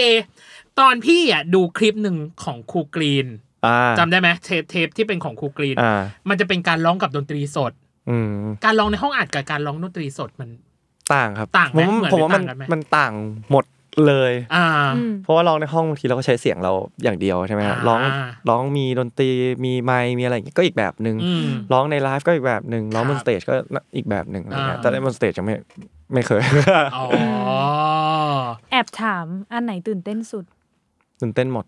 A: ตอนพี่อ่ะดูคลิปหนึ่งของครูกรีน
C: อ่า
A: จำได้ไหมเทปเทปที่เป็นของครูกรีน
C: อ่า
A: มันจะเป็นการร้องกับดนตรีสด
C: อืม
A: การร้องในห้องอัดกับการร้องดนตรีสดมัน
C: ต่างครับ
A: ต่างไหม
C: ผม
A: เหมือน
C: ผมว่ามัน
A: หรือต่างกันไหม
C: มันต่างหมดเลย
A: อ่า
B: อืม
C: เพราะว่าร้องในห้องบางทีเราก็ใช้เสียงเราอย่างเดียวใช่ไหมฮะ
A: อ่า
C: ร้องร้องมีดนตรีมีไมค์มีอะไรอย่างเงี้ยก็อีกแบบหนึ่ง
A: อืม
C: ร้องในไลฟ์ก็อีกแบบหนึ่งร้องบ
A: ครั
C: น
A: บ
C: สเตจก็อีกแบบหนึ่งอะไรเงี้ย
A: อ่า
C: แต่ในบนสเตจยังไม่ไม่เคย
A: อ๋อ
B: แอบถามอันไหนตื่นเต้นสุด
C: ตื่นเต้นหมด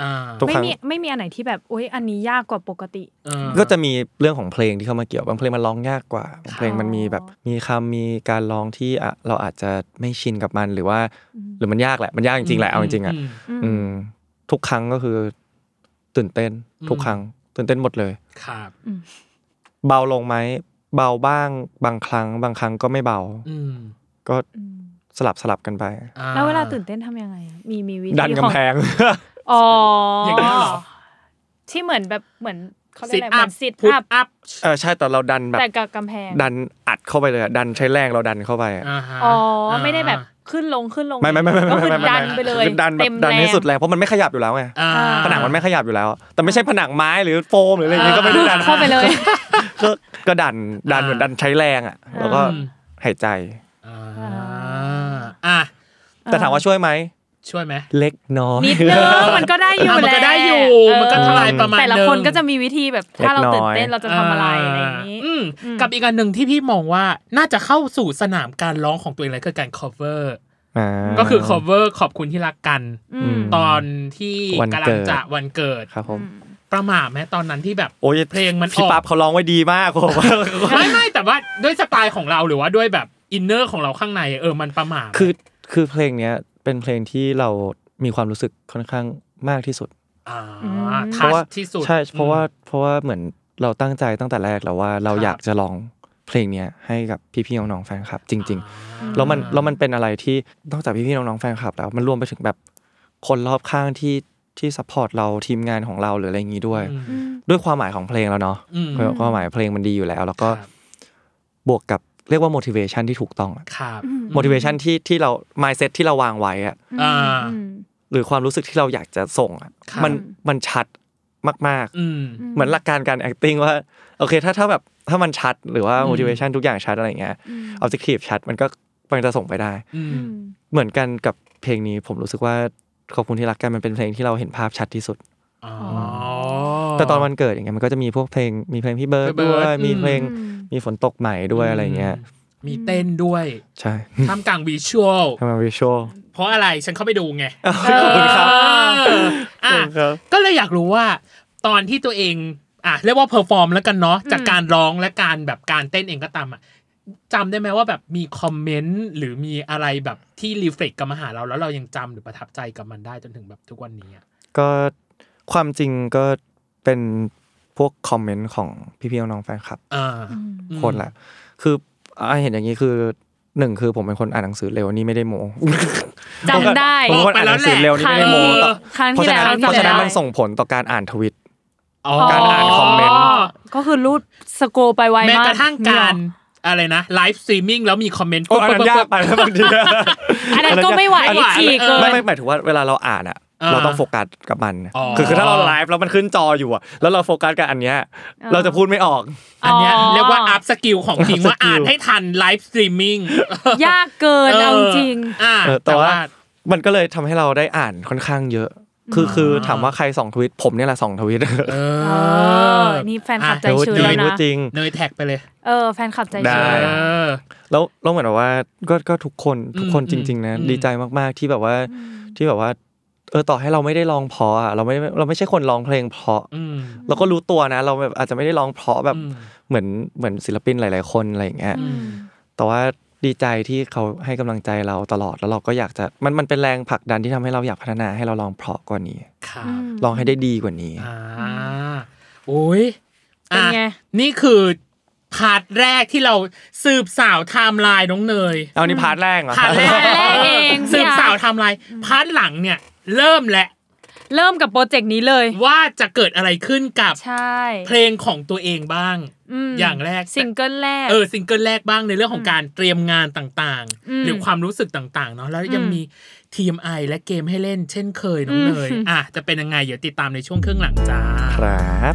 A: อ่า
C: ทุก
B: ไม่
C: ครั้ง
B: มีไม่มีอันไหนที่แบบโอ๊ยอันนี้ยากกว่าปกติ
A: เออ
C: ก็จะมีเรื่องของเพลงที่เข้ามาเกี่ยวบางเพลงมันร้องยากกว่าบางเพลงมันมีแบบมีคำมีการร้องที่อ่ะเราอาจจะไม่ชินกับมันหรือว่า หรือมันยากแหละมันยากจริงๆแหละเอาจริงๆอ่ะอืมทุกครั้งก็คือ ตื่นเต้น
A: อืม
C: ทุกครั้ง ตื่นเต้นหมดเลย
A: ครับ
C: เบาลงไหมเบาบ้างบางครั้ง บางครั้งก็ไม่เบา
A: อืม
C: ก็สลับสลับกันไป
A: อ่
B: แล้วเวลาตื่นเต้นทำยังไงอะมีมีวิธี
C: ดั
B: ขอก
C: นำ
B: ง
C: แพง
B: อ๋ออย่าง
A: นั้นเหรอ
B: ที่เหมือนแบบเหมือนเขาเรี
A: ซิ
B: ย
A: ท
B: กอะไร
A: อัพ
B: ซิท
A: พุท
B: อัพ
A: อัพ
C: เออใช่แต่เราดันแบบ
B: แต่กับกำแพง
C: ดันอัดเข้าไปเลยอะดันใช้แรงเราดันเข้าไปอะ
A: าฮะ
B: อ๋ออา ไม่ได้แบบขึ้นลงขึ้นลง
C: ไม่ไม่ไม่ไม่
B: ก็
C: ไม่
B: คือ
C: ไม่ม่
B: ดันไปเลย
C: คือดันแบ
B: เต็
C: บ
B: ม
C: ดัน
B: แร
C: ให้
B: ง
C: สุดแรงเพราะมันไม่ขยับอยู่แล้วไง
A: อ่า
C: ผนังมันไม่ขยับอยู่แล้ว แต่ไม่ใช่ผนังไม้หรือโฟมหรืออะไรอย่างเงี้ยก็ไม่ได้ดัน
B: เข้าไปเลย
C: ก็ก็ดันดันเหมือนดันใช้แรงอ่ะแล้วก็
A: อืม
C: หายใจ
A: อ่าอ่ะ
C: แต่ถามว่าช่วยไหม
A: ช่วยไหม
C: เล็กน้อย
B: นิดเดียวมันก็ได้อยู่
A: อ่ะมัน
B: แห
A: ก็
B: ละ
A: ได้อยู่มันก็ทลายประมาณ
B: แต่ละคน
A: หนึ่ง
B: ก็จะมีวิธีแบบถ้าเรา
C: เล็
B: ตื่
C: ก
B: น
C: น้อย
B: เต้นเราจะทำอะไรอะไรอย่างนี้
A: มกับอีกอันหนึ่งที่พี่มองว่าน่าจะเข้าสู่สนามการร้องของตัวเองเลยคือการ cover
C: อ่า
A: ก็คือ cover ขอบคุณที่รักกัน
B: อืม
A: ตอนที่
C: วันเกิด
A: กำลังจะวันเกิด
C: ครับผม
A: ประหม่าไหมตอนนั้นที่แบบ
C: โอ้ย
A: เพลงมันออก
C: พี่ปั๊บเขาร้องไว้ดีมาก ผม
A: ไม่ไม่แต่ว่าด้วยสไตล์ของเราหรือว่าด้วยแบบอินเนอร์ของเราข้างในเออมันประหม่าไหม
C: คือคือเพลงเนี้ยเป็นเพลงที่เรามีความรู้สึกค่อนข้างมากที่สุด
A: อ่า
C: เพ
A: ทั
C: ราะ
A: ช
C: ว่า
A: ที่สุด
C: ใช่เพราะว่าเพราะว่าเหมือนเราตั้งใจตั้งแต่แรกแล้วว่าเรา
A: ครับ
C: อยากจะลองเพลงเนี้ยให้กับพี่ๆน้องๆแฟนคลับ จริง
A: อื
C: ๆ แล้วมันแล้วมันเป็นอะไรที่นอกจากพี่ๆน้องๆแฟนคลับแล้วมันรวมไปถึงแบบคนรอบข้างที่ที่ซัพพอร์ตเราทีมงานของเราหรืออะไรอย่างนี้ด้วย ด้วยความหมายของเพลงแล้วเนาะ
A: อืม
C: ความหมายเพลงมันดีอยู่แล้ว แล้ว
A: ค
C: ก็
A: รับ
C: วกกับเรียกว่า motivation ที่ถูกต้องอะ
A: ครับ
C: motivation ที่ที่เรา mindset ที่เราวางไว้อะ
A: อ่า
C: หรือความรู้สึกที่เราอยากจะส่งอะ
A: ครับ
C: มันมันชัดมาก
A: อืม
C: ๆ เหมือนหลักการการ acting ว่าโอเคถ้าถ้าแบบถ้ามันชัดหรือว่า motivation ทุกอย่างชัดอะไรอย่างเงี้ย objective ชัดมันก็มันจะส่งไปได้
A: อืม
C: เหมือนกันกับเพลงนี้ผมรู้สึกว่าขอบคุณที่รักกันมันเป็นเพลงที่เราเห็นภาพชัดที่สุด
A: อ๋อ
C: แต่ตอนวันเกิดอย่างเงี้ยมันก็จะมีพวกเพลงมีเพลงพี่เบิร์ด
A: พี่เบิ
C: ด้
A: ร์
C: ว
A: ด
C: ยมี
A: อืม
C: เพลงมีฝนตกใหม่ด้วยอะไรเงี้ย
A: มีเต้นด้วย
C: ใช่
A: ท่ามกลางวิชวล
C: ทำมาวิชวล
A: เพราะอะไรฉันเข้าไปดูไง
C: ขอบคุณครับ
A: เอออ่ะ
C: ขอบคุณครับ
A: ก็เลยอยากรู้ว่า ตอนที่ตัวเองอ่ะเรียกว่าเพอร์ฟอร์มแล้วกันเนาะจากการร้องและการแบบการเต้นเองก็ตามอ่ะจำได้ไหมว่าแบบมีคอมเมนต์หรือมีอะไรแบบที่รีเฟล็กกลับมาหาเราแล้วเรายังจำหรือประทับใจกับมันได้จนถึงแบบทุกวันนี้อ่ะ
C: ก็ความจริงก็เป็นพวกคอมเมนต์ของพี่ๆน้องๆแฟนคลับ
A: อ่า
C: คนแหละ คืออ่ะเห็นอย่างนี้คือหนึ่งคือผมเป็นคนอ่านหนังสือเร็วนี่ไม่ได้โม
B: จำได้
C: ผมเป็นคนอ่านหนังสือเร็วนี่
B: ครั้ง
C: ไม่ได้
B: ที่
C: โมต่อ
B: ครั้ง
C: เพราะ
B: ที่
A: ค
B: แล้วน
C: ฉะนั้
A: รั้งที่
C: เพราะฉะ
A: แล้
C: นั้น
A: ว
C: มันส่งผลต่อการอ่านทวิต
A: อ๋อ
C: การอ่านคอมเมนต์
B: ก็คือรูดสโกไปไวมาก
A: แม้กระทั่งการอะไรนะไลฟ์สตรีมมิ่งแล้วมีคอมเมนต์
C: โอ้อันนั้นยากไปแล้วบางที
B: อันนั้นก็ไม่ไหว
A: ไม่ไหว
B: ฉีก
A: เอ
B: เล
A: อ
C: ไม่
B: ย
C: ไม่หมายถึงว่าเวลาเราอ่านอ่ะ
A: อ่า
C: เราต้องโฟกัสกับมัน
A: อ๋อ
C: คือคือถ้าเราไลฟ์แล้วมันขึ้นจออยู่อะแล้วเราโฟกัสกับอันเนี้ยเราจะพูดไม่ออก
A: อันเนี้ย
B: อ๋อ
A: เรียกว่าอัพสกิลของจริง
C: up
A: ว่าอ่าน
C: skill
A: ให้ทันไลฟ์สตรีมมิ่ง
B: ยากเกินเอาจริง
A: อ่า
C: เออแต่
A: แต่
C: ว่า
A: ว่า
C: มันก็เลยทำให้เราได้อ่านค่อนข้างเยอะ คือคือถามว่าใครสองทวิต ผมเนี่ยแหละสองทวิต
A: เอ
B: เออนี่แฟนคลับใจ
A: อ่ะ
C: รู้
B: ชื้น
C: จริ
B: แล้ว
C: งรู้
B: นะ
C: จริง
A: เนยแท็กไปเลย
B: เออแฟนคลับใจชื้น
C: ได้
A: เออ
C: แล้วแล้วเหมือนแบบว่าก็ก็ทุกคนทุกคน
A: อืม
C: จริง ๆ นะ
A: อืม
C: ดีใจมากๆที่แบบว่าที่แบบว่า เออต่อให้เราไม่ได้ร้องเพราะอ่ะเราไม่ได้เราไม่ใช่คนร้องเพลงเพราะ
A: อืม
C: เราก็รู้ตัวนะ เราแบบอาจจะไม่ได้ร้องเพราะแบบ
A: อืม
C: เหมือนเหมือนศิลปินหลาย ๆ คนอะไรอย่างเงี้ย
B: อืม
C: แต่ว่าดีใจที่เขาให้กำลังใจเราตลอดแล้วเราก็อยากจะมันมันเป็นแรงผลักดันที่ทำให้เราอยากพัฒนาให้เราลองเพราะกว่านี้
A: ครับ
C: ลองให้ได้ดีกว่านี้
A: อ่าโอ้ย
B: เป็นไง
A: อ่ะนี่คือพาร์ทแรกที่เราสืบสาวไทม์ไลน์น้องเนย
C: เอานี่พาร์ทแรกเหรอ
A: พาร์ทแรก
B: พาร์ทแรกเองพี่
A: สืบ
B: อาร์ต
A: สาวไทม์ไลน์พาร์ทหลังเนี่ย เริ่มแหละ
B: เริ่มกับโปรเจกต์นี้เลย
A: ว่าจะเกิดอะไรขึ้นกับ
B: ใช่
A: เพลงของตัวเองบ้าง
B: ม
A: อย่างแรก
B: ซิงเกิลแรก
A: เออซิงเกิลแรกบ้างในเรื่องของการเตรียมงานต่าง
B: อืม
A: ๆ หรือความรู้สึกต่างๆเนาะแล้วยัง
B: อืม
A: มี TMI และเกมให้เล่นเช่นเคยน้องเนย
B: อืม
A: อ่ะจะเป็นยังไง เดี๋ยวติดตามในช่วงครึ่งหลังจ้า
C: ครับ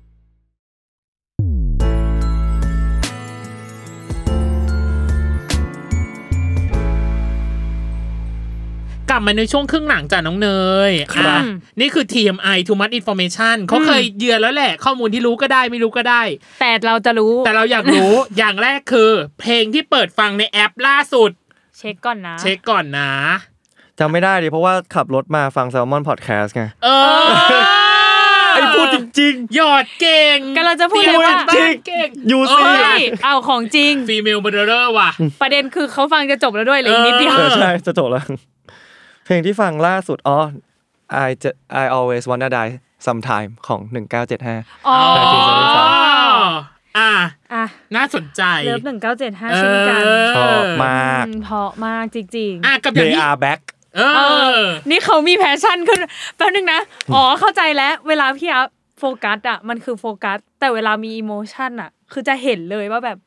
A: กลับมาในช่วงครึ่งหลังจ้ะน้องเนย
B: ครับ
A: อ่ะนี่คือ TMI Too Much Information เขาเคยเยือนแล้วแหละ ข้อมูลที่รู้ก็ได้ไม่รู้ก็ได้
B: แต่เราจะรู้
A: แต่เราอยากรู้ อย่างแรกคือ เพลงที่เปิดฟังในแอปล่าสุด
B: เช็คก่อนนะ
A: เช็คก่อนนะ
C: จำไม่ได้ดิเพราะว่าขับรถมาฟังแซลมอนพอดแคสต์ไง
A: เออ
C: ไอ้พูดจริง
A: หยอดเก่ง
B: กำลังจะพูดเลยว่า
A: ตรีมบ้นเก่ง
C: จริง
A: เอ้
B: เฮ้ยเอาของจริง
A: ฟีเมลเบอร์เรอร์ว่ะ
B: ประเด็นคือเขาฟังจะจบแล้วด้วยเหลยนิดเดียว
C: ๆเออ
A: เออ
C: ใช่จะจบแล้ว เพลงที่ฟังล่าสุดอ๋อ I จะ I always wanna die sometime ของ 1975
B: อ๋อ
C: แต่จริงๆไม่ฟัง
A: อ่ะ
B: อ่ะ
A: น่าสนใจ
B: เลิฟหนึ่งเก้าเจ็ดห้าเช่นกัน
C: ชอบม
B: อื
C: าก
B: มเพราะมากจริง ๆ
A: อ่ะกับอย่าง
C: They
A: ที่
C: are back
A: เอ
B: เอ
A: อ
B: อ นี่เขามีแพชชั่นขึ้นแป๊บนึงนะ อ๋อ เข้าใจแล้ว เวลาพี่อัพโฟกัสอ่ะ มันคือโฟกัส แต่เวลามีอิโมชันอ่ะ คือจะเห็นเลยว่าแบบ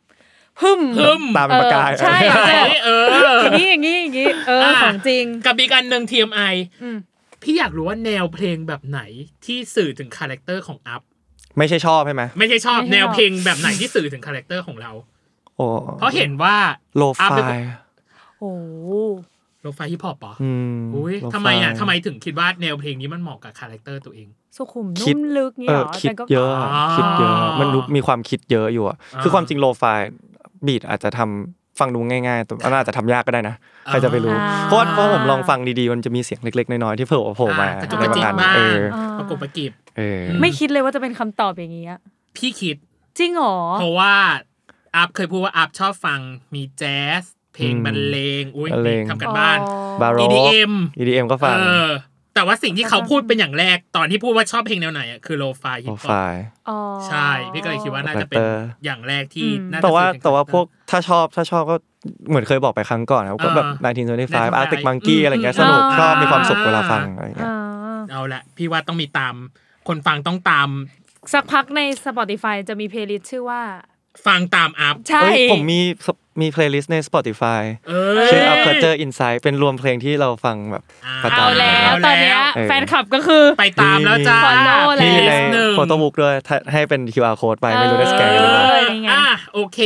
B: พึ่ม
A: พึ่ม
C: ตามเป็นประกาย
B: เออใช่
A: ใช่เออ
B: อย่างนี้อย่างนี้อย่างนี้ เออ
A: อ่ะ
B: ของจริง
A: กับอีกอันหนึ่ง TMI
B: อืม
A: พี่อยากรู้ว่าแนวเพลงแบบไหนที่สื่อถึงคาแรคเตอร์ของอัพ
C: ไม่ใช่ชอบใช่ไหม
A: ไม่ใช่ชอบ
B: ไม่ใช่
A: แนวเพลงแบบไหนที่สื่อถึงคาแรคเตอร์ของเรา
C: โอ้
A: เพราะเห็นว่า
C: โล
A: อัพ
C: ฟา
A: เป็น
C: ย
B: โอ้โห
A: โลไฟฮิปฮอปปะ
C: อืม
A: อุ้ย
C: lo-fi
A: ทำไมอ่ะทำไมถึงคิดว่าแนวเพลงนี้มันเหมาะกับคาแรคเตอร์ตัวเอง
B: สุขุม
C: คิ
B: นุ่
C: ด
B: มลึกเงี้
C: เอย
B: เห
C: อ
B: รอ
C: คิ
B: แต่
C: ด
B: ก็
C: เยอะ
A: อ๋อ
C: คิดเยอะ มันดูมีความคิดเยอะอยู่อะ
A: อ่า
C: คือความจริงโลฟายบีดอาจจะทำฟังดูง่ายๆแต่มันอาจจะทำยากก็ได้นะ ใครจะไปรู้
B: อ่
C: เพราะว่าเพราะผมลองฟังดีๆ มันจะมีเสียงเล็กๆ น้อยๆ ที่โผล่โผล่มา
A: อ่ะกระจุก
C: ใน
A: กระจิก
C: บางอัน
A: บ้าง
C: เออ
B: อ่า
A: ประกบประกิบ
C: เออ
B: ไม่คิดเลยว่าจะเป็นคำตอบอย่างนี้ย
A: พี่คิด
B: จริงเหรอ
A: เพราะว่าอัพเคยพูดว่าอัพชอบฟังมีแจ๊ส เพลง
C: อืม
A: บรรเลงอุ้ย
C: บรรเลง
A: ทำกันบ้าน
C: บาโร
A: EDM
C: EDM ก็ฟัง
A: เออ แต่ว่าสิ่งที่เขาพูดเป็นอย่างแรก ตอนที่พูดว่าชอบเพลงแนวไหนอะคือโลฟาฮิ
C: โล
A: ปฮ
C: ฟา
A: อป
C: ย
B: อ๋อ
A: ใช่ พี่ก็เลยคิดว่าน่าจะเป็น
C: Character
A: อย่างแรกที่
B: อืม
A: น่าจะ
C: แต่ว่า
A: สื่อถึง
C: แต่ว่าพวกถ้าชอบถ้าชอบก็เหมือนเคยบอกไปครั้งก่อนนะก็แบบ
A: อ่า
C: 1975 Arctic
A: อืม
C: Monkey อะไรเงี้ย
B: อืม
C: สนุก
B: อ่า
C: ชอบมีความสุขเวลาฟังอะไรเงี้ย
B: อ่า
A: เอาละพี่ว่าต้องมีตาม คนฟังต้องตาม
B: สักพักใน Spotify จะมีเพลย์ลิสต์ชื่อว่า
A: ฟังตามอัพ
B: ใช่
C: เอ้ยผมมีมีเพลย์ลิสต์ใน Spotify
A: เอ
C: ชื่อ Up Culture Insight เป็นรวมเพลงที่เราฟังแบบประจำ
B: เอาแล้ว
A: เอาแล้ว
B: ตอนเนี้ย
C: เออ
B: แฟนคลับก็คือ
A: ไปตามแล้วจ้า
B: Follow แล้ว
C: มีใน
A: playlist หนึ่ง
C: โฟโต้บุ๊กด้วยถ้าให้เป็น QR code ไปไม่รู้ได้สแกนกันหรือเปล่า
B: เออนี่ไง
A: อ่ะโอเค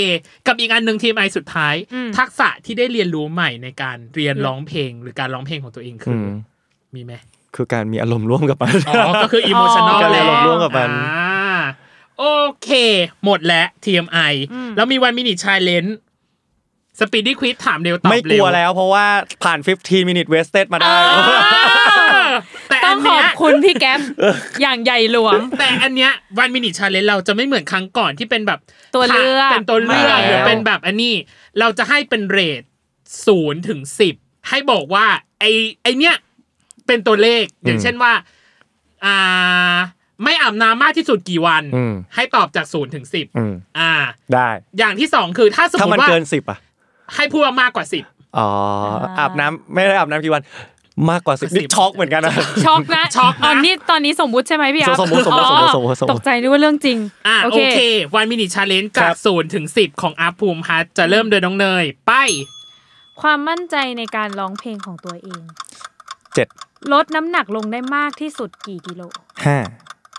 A: กับอีกอันหนึ่งทีมไอสุดท้าย
B: อืม
A: ทักษะที่ได้เรียนรู้ใหม่ในการเรียนร้องเพลงหรือการร้องเพลงของตัวเองคืออ
C: ม
A: มีไหม
C: คือการมีอารมณ์ร่วมกับมัน
A: อ๋อ ก็คืออิโมชันอล
C: การเรี
A: แล้ว
C: ยนรู้ร่วมกับมัน
A: อ่าโอเค หมดแล้ว TMI แล้วมีวันมินิชายเลนสปีดดี้ควิสถามเร็วตอบ
C: ไม่ก
A: เร็
C: ลั
A: ว
C: วแล้วเพราะว่าผ่าน 15 minute wasted มาได้
A: แต่
B: ต้
A: อั
B: อน งข
A: เนี้
B: อย บคุณพี่แก๊ ปอย่างใหญ่หลวง
A: แต่อันเนี้ยวันมินิชาเลนเราจะไม่เหมือนครั้งก่อนที่เป็นแบบ
B: ตัวเลือก
A: เป็นตัวเลือก
C: ไม่แล้ว
A: หรือเป็นแบบอันนี้ เราจะให้เป็นเรทศูนย์ถึงสิบให้บอกว่า ไอไอเนี้ยเป็นตัวเลขอย่างเช่นว่าอ่าไม่อาบน้ำมากที่สุดกี่วัน
C: อืม
A: ให้ตอบจากศูนย์ถึงสิบ
C: อืม
A: อ่า
C: ได้
A: อย่างที่สองคือถ้าสม
C: ถ้าม มัน
A: ติว่า
C: เกิน 10 อ่ะ
A: ให้พูดว่ามากกว่าสิบ
C: อ๋อ อาบน้ำไม่ได้อาบน้ำกี่วัน มากกว่าสิบนี่
A: สิบ
C: ช็อกเหมือนกันนะ
B: ช็อกนะ
A: ช็อกนะ
B: ตอนนี้ตอนนี้สมมุติใช่ไหมพี่อัพ
C: สมมุติสมมุติสมมุติสมมุติสมมุติ
B: ตกใจนึกว่าเรื่องจริง
A: อ่ะโอเควันมินิชาเลนจ์จา
C: ครั
A: ก
C: บ
A: ศูนย์ถึงสิบของอาร์ตภูมิพัฒน์จะเริ่มโดยน้องเนย ไป
B: ความมั่นใจในการร้องเพลงของตัวเอง
C: เจ็ด
B: ลดน้ำหนักลงได้มากที่สุดกี่กิโล
C: ห้า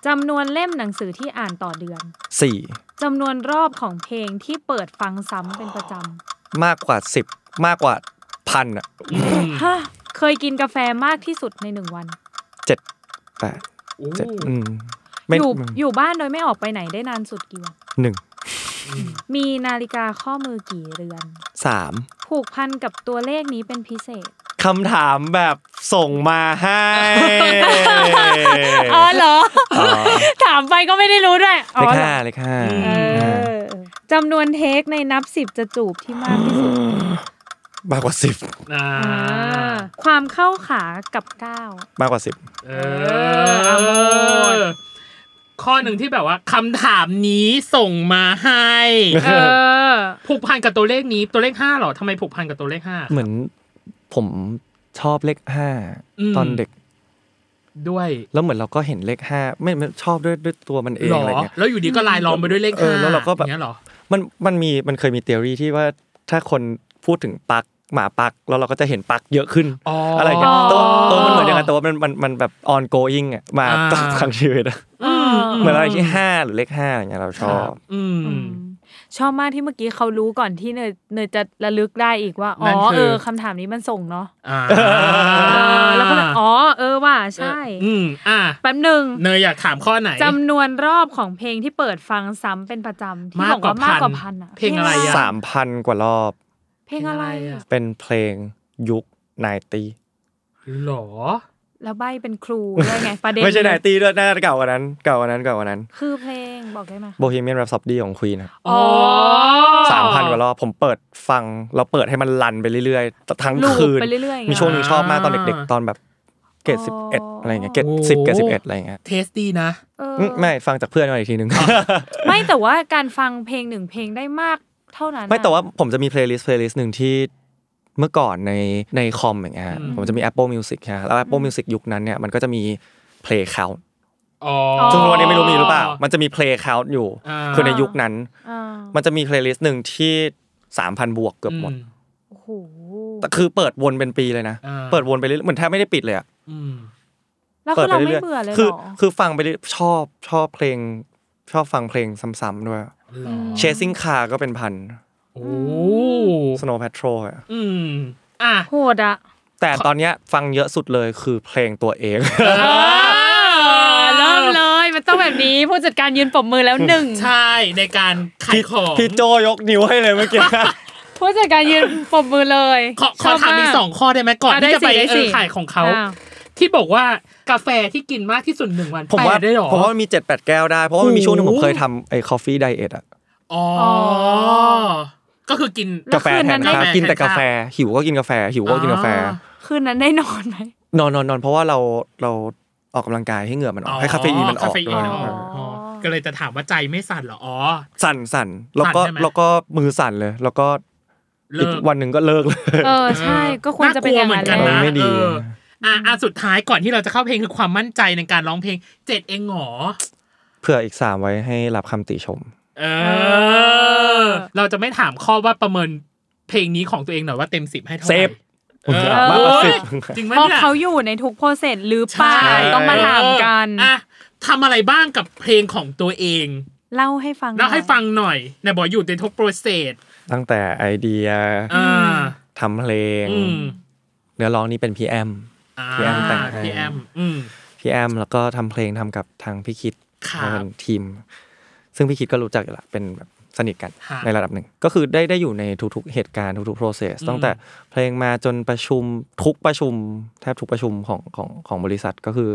B: จำนวนเล่มหนังสือที่อ่านต่อเดือน
C: สี่
B: จำนวนรอบของเพลงที่เปิดฟังซ้ำเป็นประจ
C: มากกว่าสิบมากกว่าพันอ่ะ
B: ำฮะเคยกินกาแฟมากที่สุดในหนึ่งวัน
C: เจ็ดแปดเจ็ดอืมไม่
B: อยู่
C: อืม
B: อยู่บ้านโดยไม่ออกไปไหนได้นานสุดกี่วัน
C: หนึ่ง
B: มีนาฬิกาข้อมือกี่เรือน
C: สาม
B: ผูกพันกับตัวเลขนี้เป็นพิเศษ
C: คำถามแบบส่งมาให้
B: อ๋อเหรอ ถามไปก็ไม่ได้รู้ด้วย อ๋
C: เล
B: อ
C: ข
B: เหรอ
C: ห้าเลขห้า
B: เออจำนวนเทคในนับสิบจะจูบที่มากที่สุด
C: มากกว่าสิบ
A: อ่า
B: อ่าความเข้าขากับก้าว
C: มากกว่าสิบ
A: เอ
B: เอาหม
A: อ ข้อหนึ่งที่แบบว่าคำถามนี้ส่งมา ให้
B: เออ
A: ผูกพันกับตัวเลขนี้ตัวเลขห้าหรอทำไมผูกพันกับตัวเลขห้า
C: เหมือนผมชอบเลขห้า
A: อืม
C: ตอนเด็ก
A: ด้วย
C: แล้วเหมือนเราก็เห็นเลขห้าไม่ไม่ชอบด้วยด้วยตัวมันเอง
A: หรอ
C: อะไรเงี้ย
A: แล้วอยู่ดีก็ลายล้อมไปด้วยเลข
C: เอ
A: ห้า
C: อแล้วเราก็แบ
A: อ
C: บ
A: ย่งงี้ยหรอ
C: มันมันมีมันเคยมีเทอรี่ที่ว่าถ้าคนพูดถึงปลักหมาปลักแล้วเราก็จะเห็นปลักเยอะขึ้น
A: อ๋ออ
C: อะไรเงี้ยแต่ว่า
A: อ๋อ
C: เออมันเหมือนอย่างนั้นแต่ว่ามันมันมันแบบ on going อ่ะมา
A: อ่า
C: ตั้งทางชีวิตอะ
A: อืม
C: เหมือนอะไรที่ห้าหรือเลขห้าอะไรเงี้ยเราชอบ
A: อืม
B: ชอบมากที่เมื่อกี้เขารู้ก่อนที่เนยเนยจะระลึกได้อีกว่า อ๋
A: นั่
B: อน
A: คือ
B: เออคำถามนี้มันส่งเนาะ
A: อ่า
B: เออแล้วก็แบบอ๋อ เออว่าใช่
A: อืมอ่ะ
B: แป๊บหนึ่ง
A: เนยอยากถามข้อไหน
B: จำนวนรอบของเพลงที่เปิดฟังซ้ำเป็นประจำที่
A: มาก
B: บอก
A: กว่า
B: ว่า
A: พัน
B: มากกว่าพันอะ
A: เพลงอะไรอะ
C: สามพันกว่ารอบ
B: เพลงอะไร
A: เพลงอะไร
B: อะ
A: อะ
C: เป็นเพลงยุคไนตี
A: หรอ
B: แล้วใบเป็นครูด้วยไง ประเด็น
C: ไม่ใช่ไนตีด้วยน่าจะเก่ากว่านั้น เก่ากว่านั้นเก่ากว่านั้น
B: คือเพลงบอกได้ไหมคะ
C: โบฮีเมียนแรปซอฟดี้ของควีนครับ
A: อ๋อ
C: สามพันกว่ารอบผมเปิดฟังเราเปิดให้มันรันไปเรื่อยๆ ทั้ง
B: ลูป
C: คืน
B: ไปเรื่อยๆอย่าง
C: มี
B: เงี้ย
C: ช่วงหนึ่งชอบมากตอนเด็ก
A: อ่า
C: ๆ ตอนแบบเกรด
B: อ๋อ
C: สิบเอ็ดอะไรเงี้ยเกรดสิบเกรดสิบเอ็ดอะไรเงี้ย
A: เทสดีนะ
B: เออ
C: อืมไม่ฟังจากเพื่อนมาอีกทีนึง
B: ไม่แต่ว่าการฟังเพลงหนึ่งเพลงได้มากเท่านั้นน่ะ
C: ไม่แต่ว่าผมจะมีเพลย์ลิสต์เพลย์ลิสต์หนึ่งที่เมื่อก่อนในในคอมอย่างเงี้ยฮะ
A: อืม
C: ผมจะมี Apple Music ฮะแล้ว Apple Music ยุคนั้นเนี่ยมันก็จะมีเพลย์คา t
A: อ๋อ
C: ซึ่งทุกวันนี้ไม่รู้มีหรือเปล่า มันจะมีเพลย์คา t อยู่
A: อ่า
C: คือในยุคนั้น
B: อ่า
C: มันจะมีเพลย์ลิสต์หนึ่งที่ 3,000 บวกเกือบหมด
B: โอ้โห
C: แต่คือเปิดวนเป็นปีเลยนะ
A: อ่า
C: เปิดวนไปเรื่อยเหมือนแทบไม่ได้ปิดเลยอะ
A: อืม
B: แล้ว
C: เปิ
B: คื
C: ด
B: อ
C: ไป
B: เราไม่
C: เรื่อย
B: เบื่อเลย
C: คือ
B: เหรอ
C: คือฟังไปเรื่อยชอบชอบเพลง ชอบฟังเพลงซ้ำๆด้วย
A: หรอ
C: Chasing Car ก็เป็นพัน
A: โอ้
C: Snow Patrol อะ
A: อืม อ่ะ
B: โหดอะ
C: แต่ตอนเนี้ยฟังเยอะสุดเลยคือเพลงตัวเอง
B: เริ่มเลยมันต้องแบบนี้ผู้จัดการยืนปมมือแล้วหนึ่ง
A: ใช่ ในการขายของ
C: พี่โจยกนิ้วให้เลยเมื่อกี้
B: ผู้จัดการยืนปมมือเลย
A: ขอขอถามอีกสองข้อได้ไหมก่อนที่จะไปเออขายของเขา ที่บอกว่ากาแฟที่กินมากที่สุดหนึ่งวัน
C: ผมว่า
A: แปดได้หรอ
C: ผมว่ามันมีเจ็ดแปดแก้วได้ เพราะว่ามันมีช่วงหนึงผมเคยทำไอ้คอฟฟี่ไดเอทอะ
A: อ๋อ ก็คือกิน
C: กาแฟแทน
A: ล้ว
C: ข้า
A: คืนนั้น
C: ว
A: ได้
C: กินแต่
A: แทน
C: กา
A: ข้าว
C: แฟ หิวก็กินกาแฟ หิวก็กินกาแฟ
A: อ่า
B: คืนนั้นได้นอนไหม
C: นอนนอนนอนเพราะว่าเราเราออกกำลังกายให้เหงื่อมันออกให้คาเฟอีนมันออก
A: คาเฟ
C: ด้
A: อี
C: วน ย
A: ออกอ๋อก็เลยจะถามว่าใจไม่สั่นเหรอ อ๋อ
C: สั่นสั่นแล้วก็
A: สั่นใช่ไหม
C: แล้วก็มือสั่นเลย แล้วก็
A: เลิ
C: อีก
A: ก
C: วันหนึ่งก็เลิกเลย
B: เออใช่ ก็ควรจะเป็นอย่างนั้น
A: กลัวเหมือนกัน
B: แหละ
A: นะ
C: ไม่
A: เอ
C: ดี
A: ออ่ะอ่ะสุดท้ายก่อนที่เราจะเข้าเพลงคือความมั่นใจในการร้องเพลงเจ็ดเองหงอ
C: เผื่ออีกสามไว้ให้รับคำติชม
A: เออ เราจะไม่ถามข้อว่าประเมินเพลงนี้ของตัวเองหน่อยว่าเต็มสิบให้เท่าไห
C: เซ
A: ร่
C: ฟ มากกว่าสิบ
A: จริงไหม
B: เพราะ
A: เนี่ย
B: เขาอยู่ในทุกโปรเซสหรือเปล่า
A: ใช่
B: ต้องมาถามกัน
A: อ่ะทำอะไรบ้างกับเพลงของตัวเอง
B: เล่าให้ฟัง
A: เล่าให้ฟังหน่อยในบอกอยู่ในทุกโปรเซส
C: ตั้งแต่ไอเดีย
A: อ่า
C: ทำเพลง
A: อืม
C: เนื้อร้องนี้เป็นพี่แอม
A: อ่า
C: พี่แอมแต่งให้
A: พี่แอมอืม
C: พี่แอมแล้วก็ทำเพลงทำกับทางพี่คิด
A: ครั
C: ทา
A: บ
C: งทีม ซึ่งพี่คิดก็รู้จักอยู่ละเป็นแบบสนิทกัน
A: ฮะ
C: ในระดับหนึ่ง ก็คือได้ได้อยู่ในทุกๆเหตุการณ์ทุกๆ process
A: อืม
C: ตั้งแต่เพลงมาจนประชุมทุกประชุม แทบทุกประชุมของของของบริษัทก็คือ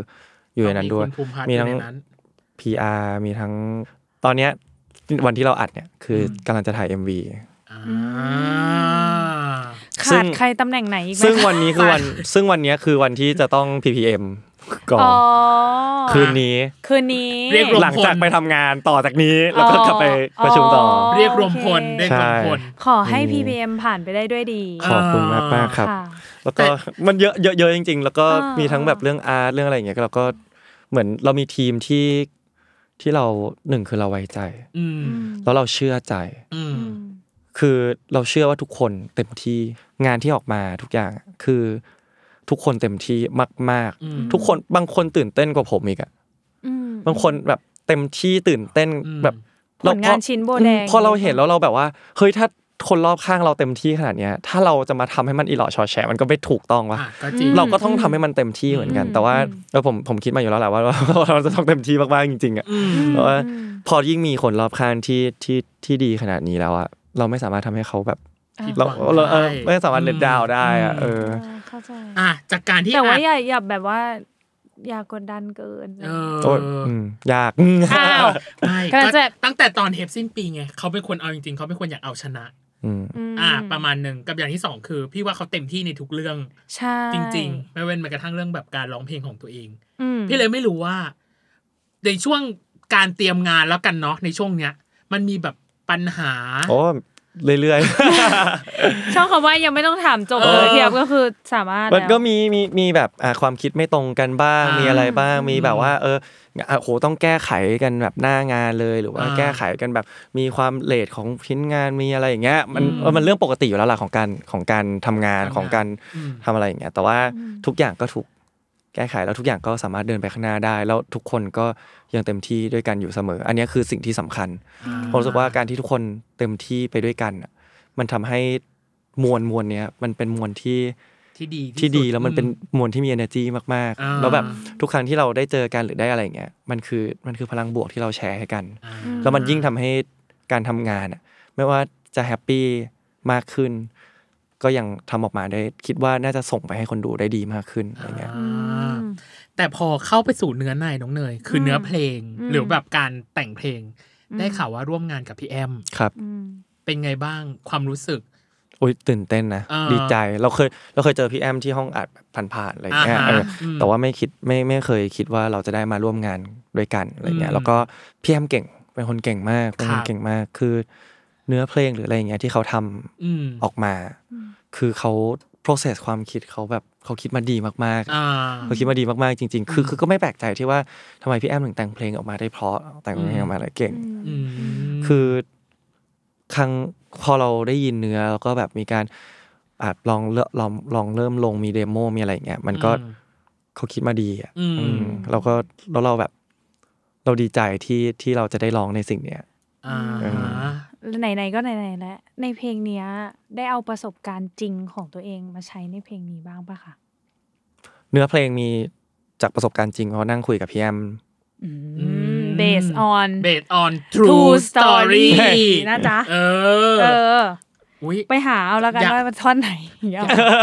C: อยู่ในนั้นด้วย
A: มีคุณภูมิพัฒน์
C: มี
A: อยู่
C: ทั้ง
A: ในนั้น
C: PR มีทั้งตอนเนี้ยวันที่เราอัดเนี่ยคืออ
A: ม
C: กำลังจะถ่าย MV
A: อ่า
C: ซึ่
B: ขาด
C: ง
B: ใครตำแหน่งไหนอีกไหม
C: ซึ่งวันนี้คือวันซึ่งวันเนี้ยคือวันที่จะต้อง PPM ก่อน
B: อ๋อ
C: คืนนี้
B: คืนนี้
A: เรียกรวม
C: หลังจากไปทำงานต่อจากนี้แล้วก็กลับไปประชุมต่ออ
A: เรียกรวมพลเรียกรวมพล
B: ขอให้
C: อืม
B: PPM ผ่านไปได้ด้วยดี
C: ขอบคุณมากมากๆครับ
B: ค่ะ
C: แล้วก็มันเยอะเยอะเยอะจริง ๆ แล้วก็
B: อ่ามี
C: มีทั้งแบบเรื่องอาร์ตเรื่องอะไรอย่างเงี้ยเราก็เหมือนเรามีทีมที่ที่เราหนึ่งคือเราไว้ใจ
A: อืม
C: แล้วเราเชื่อใจ
A: อืม
C: คือเราเชื่อว่าทุกคนเต็มที่งานที่ออกมาทุกอย่างอะคือทุกคนเต็มที่มาก
A: อืม
C: ๆ ทุกคนบางคนตื่นเต้นกว่าผมอีกอะ
B: อืม
C: บางคนแบบเต็มที่ตื่นเต้น
A: อืม
C: แบบ
B: ผลงานชิ้นโบแดง
C: อืมพอเราเห็นแล้วเราแบบว่าเฮ้ยถ้าคนรอบข้างเราเต็มที่ขนาดเนี้ยถ้าเราจะมาทำให้มันอีหล่อชอแฉะมันก็ไม่ถูกต้องวะ
A: อ่ะก็จริง
C: เราก็ต้องทำให้มันเต็มที่เหมือนกัน
B: อืม
C: แต่ว่า
B: อืม
C: เออผมผมคิดมาอยู่แล้วแหละว่า ว่าว่าเราจะต้องเต็มที่มากๆจริงๆอ่ะ
A: อืม
C: เพราะว่าพอยิ่งมีคนรอบข้างที่ที่ที่ดีขนาดนี้แล้วอ่ะเราไม่สามารถทำให้เขาแบบเรา
A: ผิดหวัง
C: เราเออ
A: ได้
C: ไม่สามารถเลดดาวได้อ่ะ
A: อืม
C: เออ
B: เออเข้าใจ
A: อ่ะจากการที่
B: แต่ว่า
A: อ่ะ
B: อย่าอย่าแบบว่า อย่ากดดันเกิน
A: เอ
C: โอ้ย
A: อ
C: มยาก
B: อ้าว
A: ไม่
B: กำลัง
A: ก็
B: จะ
A: ตั้งแต่ตอนเทปสิ้นปีไงเขาเป็นคนเอาจริงๆเขาเป็นคนอยากเอาชนะ
C: อืม
B: ม
A: อ่ะประมาณหนึ่งกับอย่างที่สองคือ พี่ว่าเขาเต็มที่ในทุกเรื่อง
B: ใช่
A: จริง ๆ ไม่เว้นแม้กระทั่งเรื่องแบบการร้องเพลงของตัวเอง
B: อืม
A: พี่เลยไม่รู้ว่า ในช่วงการเตรียมงานแล้วกันเนาะในช่วงเนี้ย มันมีแบบปัญหา
C: โอ้เรื่อย
B: ชอบคำว่ายังไม่ต้องถามจบ
A: เอ
B: เล
A: อ
B: ยเทียบก็คือสามารถ
C: ๆ มันก็
B: แล้ว
C: มีมีมีแบบอ่ะความคิดไม่ตรงกันบ้าง
A: อ่ามี
C: มีอะไรบ้าง มีแบบว่า เอออ่ะโหต้องแก้ไขกันแบบหน้างานเลยหรือว่า
A: อ่า
C: แก้ไขกันแบบมีความเลทของชิ้นงานมีอะไรอย่างเงี้ยมัน
A: อืม
C: เออมันเรื่องปกติอยู่แล้วล่ะของการของการทำงาน
A: ทำงาน
C: ของการ
A: อืม
C: ทำอะไรอย่างเงี้ยแต่ว่าทุกอย่างก็ถูก แก้ไขแล้วทุกอย่างก็สามารถเดินไปข้างหน้าได้ แล้วทุกคนก็ยังเต็มที่ด้วยกันอยู่เสมอ อันเนี้ยคือสิ่งที่สำคัญผมรู้สึกว่าการที่ทุกคนเต็มที่ไปด้วยกันอะมันทำให้มวลมวลเนี้ยมันเป็นมวลที่
A: ที่ดี
C: ที่ดี
A: สุ
C: แล้วมันเป็นมวลที่มี energy มาก
A: อ่า
C: ๆ แล้วแบบทุกครั้งที่เราได้เจอกันหรือได้อะไรอย่างเงี้ยมันคือมันคือพลังบวกที่เราแชร์ให้กัน
A: อ่า
C: แล้วมันยิ่งทำให้การทำงานอะไม่ว่าจะแฮปปี้มากขึ้น ก็ยังทำออกมาได้คิดว่าน่าจะส่งไปให้คนดูได้ดีมากขึ้นอะไรเงี้ย
A: อ่าแต่พอเข้าไปสู่เนื้อในน้องเนย คือเนื้อเพลง หรือแบบการแต่งเพลง ได้ข่าวว่าร่วมงานกับพี่แอม
C: ครับ
A: เป็นไงบ้างความรู้สึก
C: โอ้ยตื่นเต้นนะ
A: อ่า
C: ดีใจเราเคยเราเคยเจอพี่แอมที่ห้องอัดแบบผ่านๆอะไรเงี้ย
A: อ่าฮะ
C: เอออ
A: ม
C: แต่ว่าไม่คิดไม่ไม่เคยคิดว่าเราจะได้มาร่วมงานด้วยกันอะไรเงี้
A: อื
C: ย
A: ม
C: แล้วก็พี่แอมเก่งเป็นคนเก่งมากเป็นค
A: ครั
C: น
A: บ
C: เก่งมากคือเนื้อเพลงหรืออะไรเงี้ยที่เขาทำ
A: อืม
C: ออกมา คือเขา process ความคิดเขาแบบเขาคิดมาดีมาก
A: อ่า
C: ๆเขาคิดมาดีมากๆจริง ๆ คือคือก็ไม่แปลกใจที่ว่าทำไมพี่แอมถึงแต่งเพลงออกมาได้เพราะแต่งเพลง
A: อืม
C: ออกมาแล้วเก่ง
A: อืม
C: คือครั้งพอเราได้ยินเนื้อแล้วก็แบบมีการอาจลองเลลองลองเริ่มลงมีเดโมมีอะไรอย่างเงี้ยมันก็
A: อืม
C: เขาคิดมาดีอ่ะ
A: อืม
C: อืมเราก็แล้วเราแบบ เราดีใจที่ที่เราจะได้ร้องในสิ่งเนี้ย
A: อ่า
C: เอ
B: ไหนๆก็ไหนๆแล้วในเพลงเนี้ย ได้เอาประสบการณ์จริงของตัวเองมาใช้ในเพลงนี้บ้างปะคะ
C: เนื้อเพลงมีจากประสบการณ์จริงเพราะนั่งคุยกับพี่แอม
B: เบสออน
A: เบสออน true story
B: นะจ๊ะ
A: เออ
B: เออ
A: อุ้ย
B: ไปหาเอาแล้วกัน
A: อยาก
B: ว่ามันท่อน ไหนอย่างเงี้ย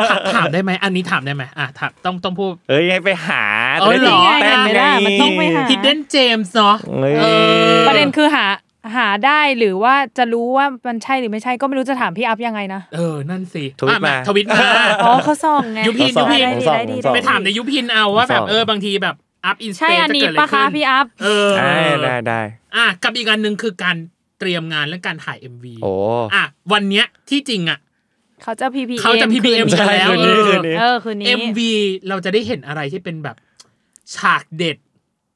A: ถามถามได้ไหมอันนี้ถามได้ไหมอ่ะถามต้องต้องพูด
C: เอ้ยให้ไปหา
A: อ๋อเหรอ
C: จะได้ตื่นเต้น
B: ไม่ได้มันต้องไปหา
A: ฮิดเด้นเจมส์เนาะ
C: เอ้ย
A: เออ
B: ประเด็นคือหาหาได้หรือว่าจะรู้ว่ามันใช่หรือไม่ใช่ก็ไม่รู้จะถามพี่อัพยังไงนะ
A: เออ นั่นสิ
C: ทวิต
A: อ่ะ
C: มา
A: ทวิตมา
B: อ๋อเขาส่องไง
A: ยุพินยุพิน
B: ได้ดีได้ดี
C: ส่อง
A: ไปถามในยุพินเอาว่าแบบ
C: ผมชอบ
A: เออบางทีแบบอัพอินส
B: ใช่
A: เต
B: อัน
A: จะ
B: นี้
A: เกิดอะไร
B: ปะคะ
A: ขึ้น
B: พี่อัพ
A: เออ
C: ได้ได้ได้
A: อ่ะกับอีกอันหนึ่งคือการเตรียมงานและการถ่าย MV
C: โอ้
A: อ่ะวันเนี้ยที่จริงอ่ะ
B: เขาจะ PPM
A: เขาจะ PPM
B: คืน
A: กันแล้ว
C: คืนนี้
A: เออ
C: คืนนี้
B: เออ คืนนี้
A: MV เราจะได้เห็นอะไรที่เป็นแบบฉากเด็ด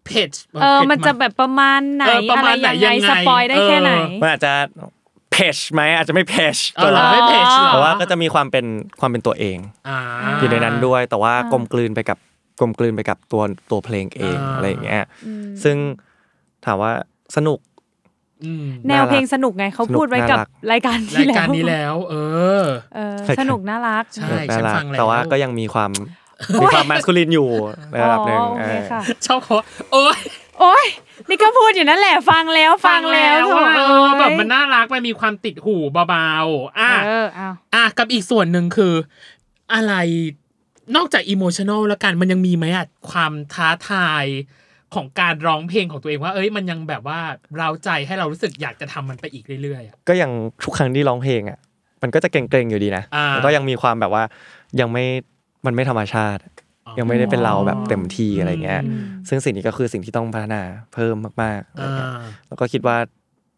A: เพจ
B: เออ มันจะแบบประมาณไหน
A: เออประ
B: อะไร
A: มาณไหน
B: ยังไง
A: ยังไง
B: สปอยได้แค่ไหน
A: เออ
C: มันอาจจะเพจไหมอาจจะไม่เพจ
A: เออเหรอไม่เพจเหรอ
C: แต่ว่าก็จะมีความเป็นความเป็นตัวเอง
A: อ่า
C: อยู่ในนั้นด้วย แต่ว่ากลมกลืนไปกับกลมกลืนไปกับตัวตัวเพลงเอง
A: อ่า
C: อะไรอย่างเงี้ยซึ่งถามว่าสนุก
A: อืม
B: แนวเพลงสนุกไงเขาพูดไว้กับ
C: น่ารัก
B: รายการ
A: รา
B: ที่
A: ย
B: แล้ว
A: การนี้แล้ว เออ
B: เออสนุกน่ารัก
A: ใช่
C: สนุกน่า
A: ฉัน
C: รั
A: ฟั
C: ก
A: งแล้ว
C: แต่ว่าก็ยังมี ความมีความมาสคูลินอยู่ในระดับหนึ่ง
B: อ๋อโอเคค่ะ
A: ชอบเขาโอ้ย
B: โอ้ยนี่ก็พูดอยู่นั่นแหละฟังแล้วฟังแล้ว
A: ว่า
B: โถ่
A: เออแบบมันน่ารักมันมีความติดหูเบาๆอ่ะ
B: เออเอา
A: อ่ะกับอีกส่วนหนึ่งคือ อะไรนอกจากอิโมชัน a ลแล้วกันมันยังมีไหมอะความท้าทายของการร้องเพลงของตัวเองว่า เอ้ยมันยังแบบว่าเราใจให้เรารู้สึกอยากจะทำมันไปอีกเรื่อยๆอะ
C: ก็ยังทุกครั้งที่ร้องเพลงอ่ะ มันก็จะเกรงๆอยู่ดีนะ
A: อ่า
C: แล้วก็ยังมีความแบบว่ายังไม่มันไม่ธรรมชาติ ยังไม่ได้เป็นเราแบบเต็มที่อะไรเงี้ย ซึ่งสิ่งนี้ก็คือสิ่งที่ต้องพัฒนาเพิ่มมากๆอะไร
A: อ่า
C: เงี้ยแล้วก็คิดว่า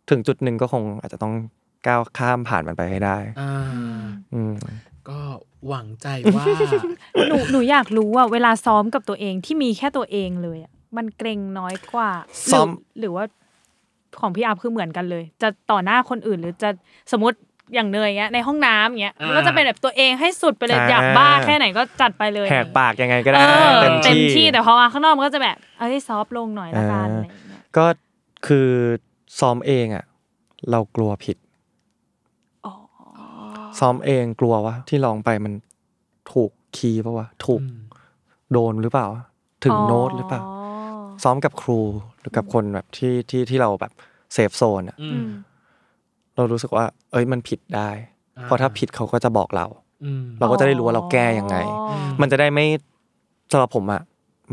C: ถึงจุดหนึ่งก็คงอาจจะต้องก้าวข้ามผ่านมันไปให้ได้
A: อ่า
C: อืม
A: ก็หวังใจ ว่า
B: หนูหนูอยากรู้ว่าเวลาซ้อมกับตัวเองที่มีแค่ตัวเองเลยอะมันเกรงน้อยกว่า
C: ซ้อม
B: หรืหรือว่าของพี่อัพคือเหมือนกันเลย จะต่อหน้าคนอื่นหรือจะสมมติอย่างเนยเงี้ยในห้องน้ำเงี้ย
A: อ่า
B: มันก็จะเป็นแบบตัวเองให้สุดไปเลยอยากบ้าแค่ไหนก็จัดไปเลย
C: แหกปากยังไงก็
B: เอ
C: ได้
B: อ
C: เต็
B: เต็ม
C: ม
B: ที่
C: ที่
B: แต่พอมาข้างนอกมันก็จะแบบเอ้ยซอฟต์ลงหน่อยละกัน
C: อ่า
B: อะไรอย่างเงี้ย
C: ก็คือซ้อมเองอ่ะ เรากลัวผิด ซ้อมเองกลัวว่าที่ร้องไปมันถูกคีย์ปะวะถูกโดนหรือเปล่า ถึงโน้ตหรือเปล่า ซ้อมกับครูหรือกับคนแบบที่ที่ที่เราแบบเซฟโซนอ่ะ
A: อื
B: อื
A: ม
B: ม
C: เรารู้สึกว่า เอ้ยมันผิดได้ เพราะถ้าผิดเขาก็จะบอกเรา
A: อืม
C: เราก็จะได้รู้ว่าเราแก้ยังไง
B: อ๋อ
C: มันจะได้ไม่สำหรับผมอะ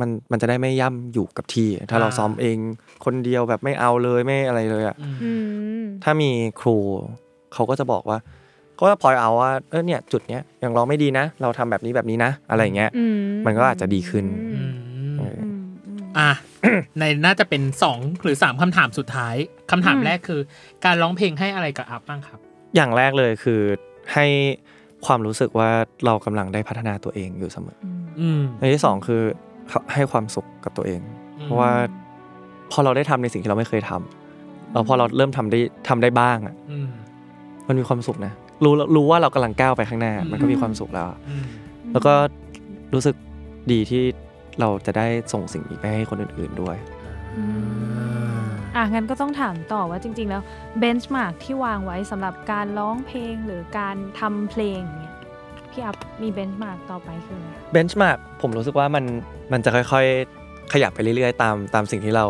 C: มันมันจะได้ไม่ย่ำอยู่กับที่ ถ้าเรา
A: อ่า
C: ซ้อมเองคนเดียวแบบไม่เอาเลยไม่อะไรเลยอะ
A: อืม
B: อืม
C: ถ้ามีครูเขาก็จะบอกว่าเขาจะพลอยเอาว่าเออเนี่ยจุดเนี้ยยังร้องไม่ดีนะ เราทำแบบนี้แบบนี้นะ อะไรอย่างเงี้ย
B: อืม
C: มันก็อาจจะดีขึ้น
A: อืม
C: เออ
B: อืมอืม
A: อ่ะ ในน่าจะเป็นสองหรือสามคำถามสุดท้ายคำถาม
B: อืม
A: แรกคือ การร้องเพลงให้อะไรกับอัพบ้างครับ
C: อย่างแรกเลยคือให้ความรู้สึกว่าเรากำลังได้พัฒนาตัวเองอยู่เสมอ
A: อืม
C: อันที่สองคือให้ความสุขกับตัวเอง
A: อืม
C: เพราะว่าพอเราได้ทำในสิ่งที่เราไม่เคยทำเราพอเราเริ่มทำได้ทำได้บ้างอะ
A: อืม
C: มันมีความสุขนะรู้แล้วรู้ว่าเรากำลังก้าวไปข้างหน้า
A: อืม
C: มันก็มีความสุขแล้วอะ
A: อืม
C: แล้วก็รู้สึกดีที่ เราจะได้ส่งสิ่งนี้ไปให้คนอื่นๆด้วย
B: อ่ะงั้นก็ต้องถามต่อว่าจริง ๆ แล้วเบนช์มาร์กที่วางไว้สำหรับการร้องเพลงหรือการทำเพลงเนี่ยพี่อัพมีเบนช์มาร์กต่อไปคืออะไร
C: เบนช์มาร์กผมรู้สึกว่ามันมันจะค่อยๆ ขยับไปเรื่อยๆ ตามตามสิ่งที่เรา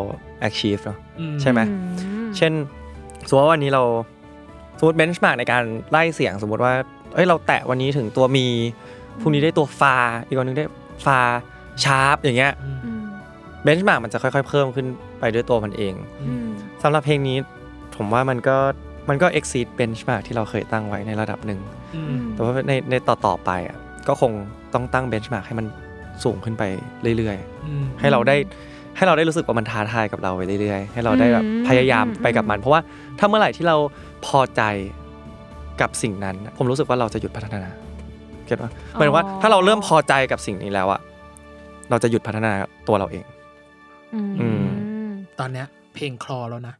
C: achieve เนาะ
A: อืม
C: ใช่ไหม
B: อืม
C: เช่น สมมติว่าวันนี้เราสมมติเบนช์มาร์กในการไล่เสียง สมมติว่าเอ้ยเราแตะวันนี้ถึงตัวมีพรุ่งนี้ได้ตัวฟา อีกวันหนึงได้ฟาชาร์ปอย่างเงี้ย
A: อืม
B: อืม
C: เบนช์มาร์กมันจะค่อยๆ เพิ่มขึ้นไปด้วยตัวมันเอง
B: อืม
C: สำหรับเพลงนี้ผมว่ามันก็มันก็ exceed benchmark ที่เราเคยตั้งไว้ในระดับหนึ่ง
A: อื
B: อื
A: ม
B: ม
C: แต่ว่าในในต่อต่อๆไปอ่ะก็คงต้องตั้งเบนช์มาร์กให้มันสูงขึ้นไปเรื่อยๆ ให้เราได้ให้เราได้รู้สึกว่ามันท้าทายกับเราไปเรื่อยๆ ให้เราได้แบบพยายามไปกับมัน เพราะว่าถ้าเมื่อไหร่ที่เราพอใจกับสิ่งนั้นอะผมรู้สึกว่าเราจะหยุดพัฒนาเก็ตว่าหมายถึงว่าถ้าเราเริ่มพอใจกับสิ่งนี้แล้วอะเราจะหยุดพัฒนาตัวเราเอง
B: อืม
C: อืม
A: ตอนเนี้ยเพลงคลอแล้วนะ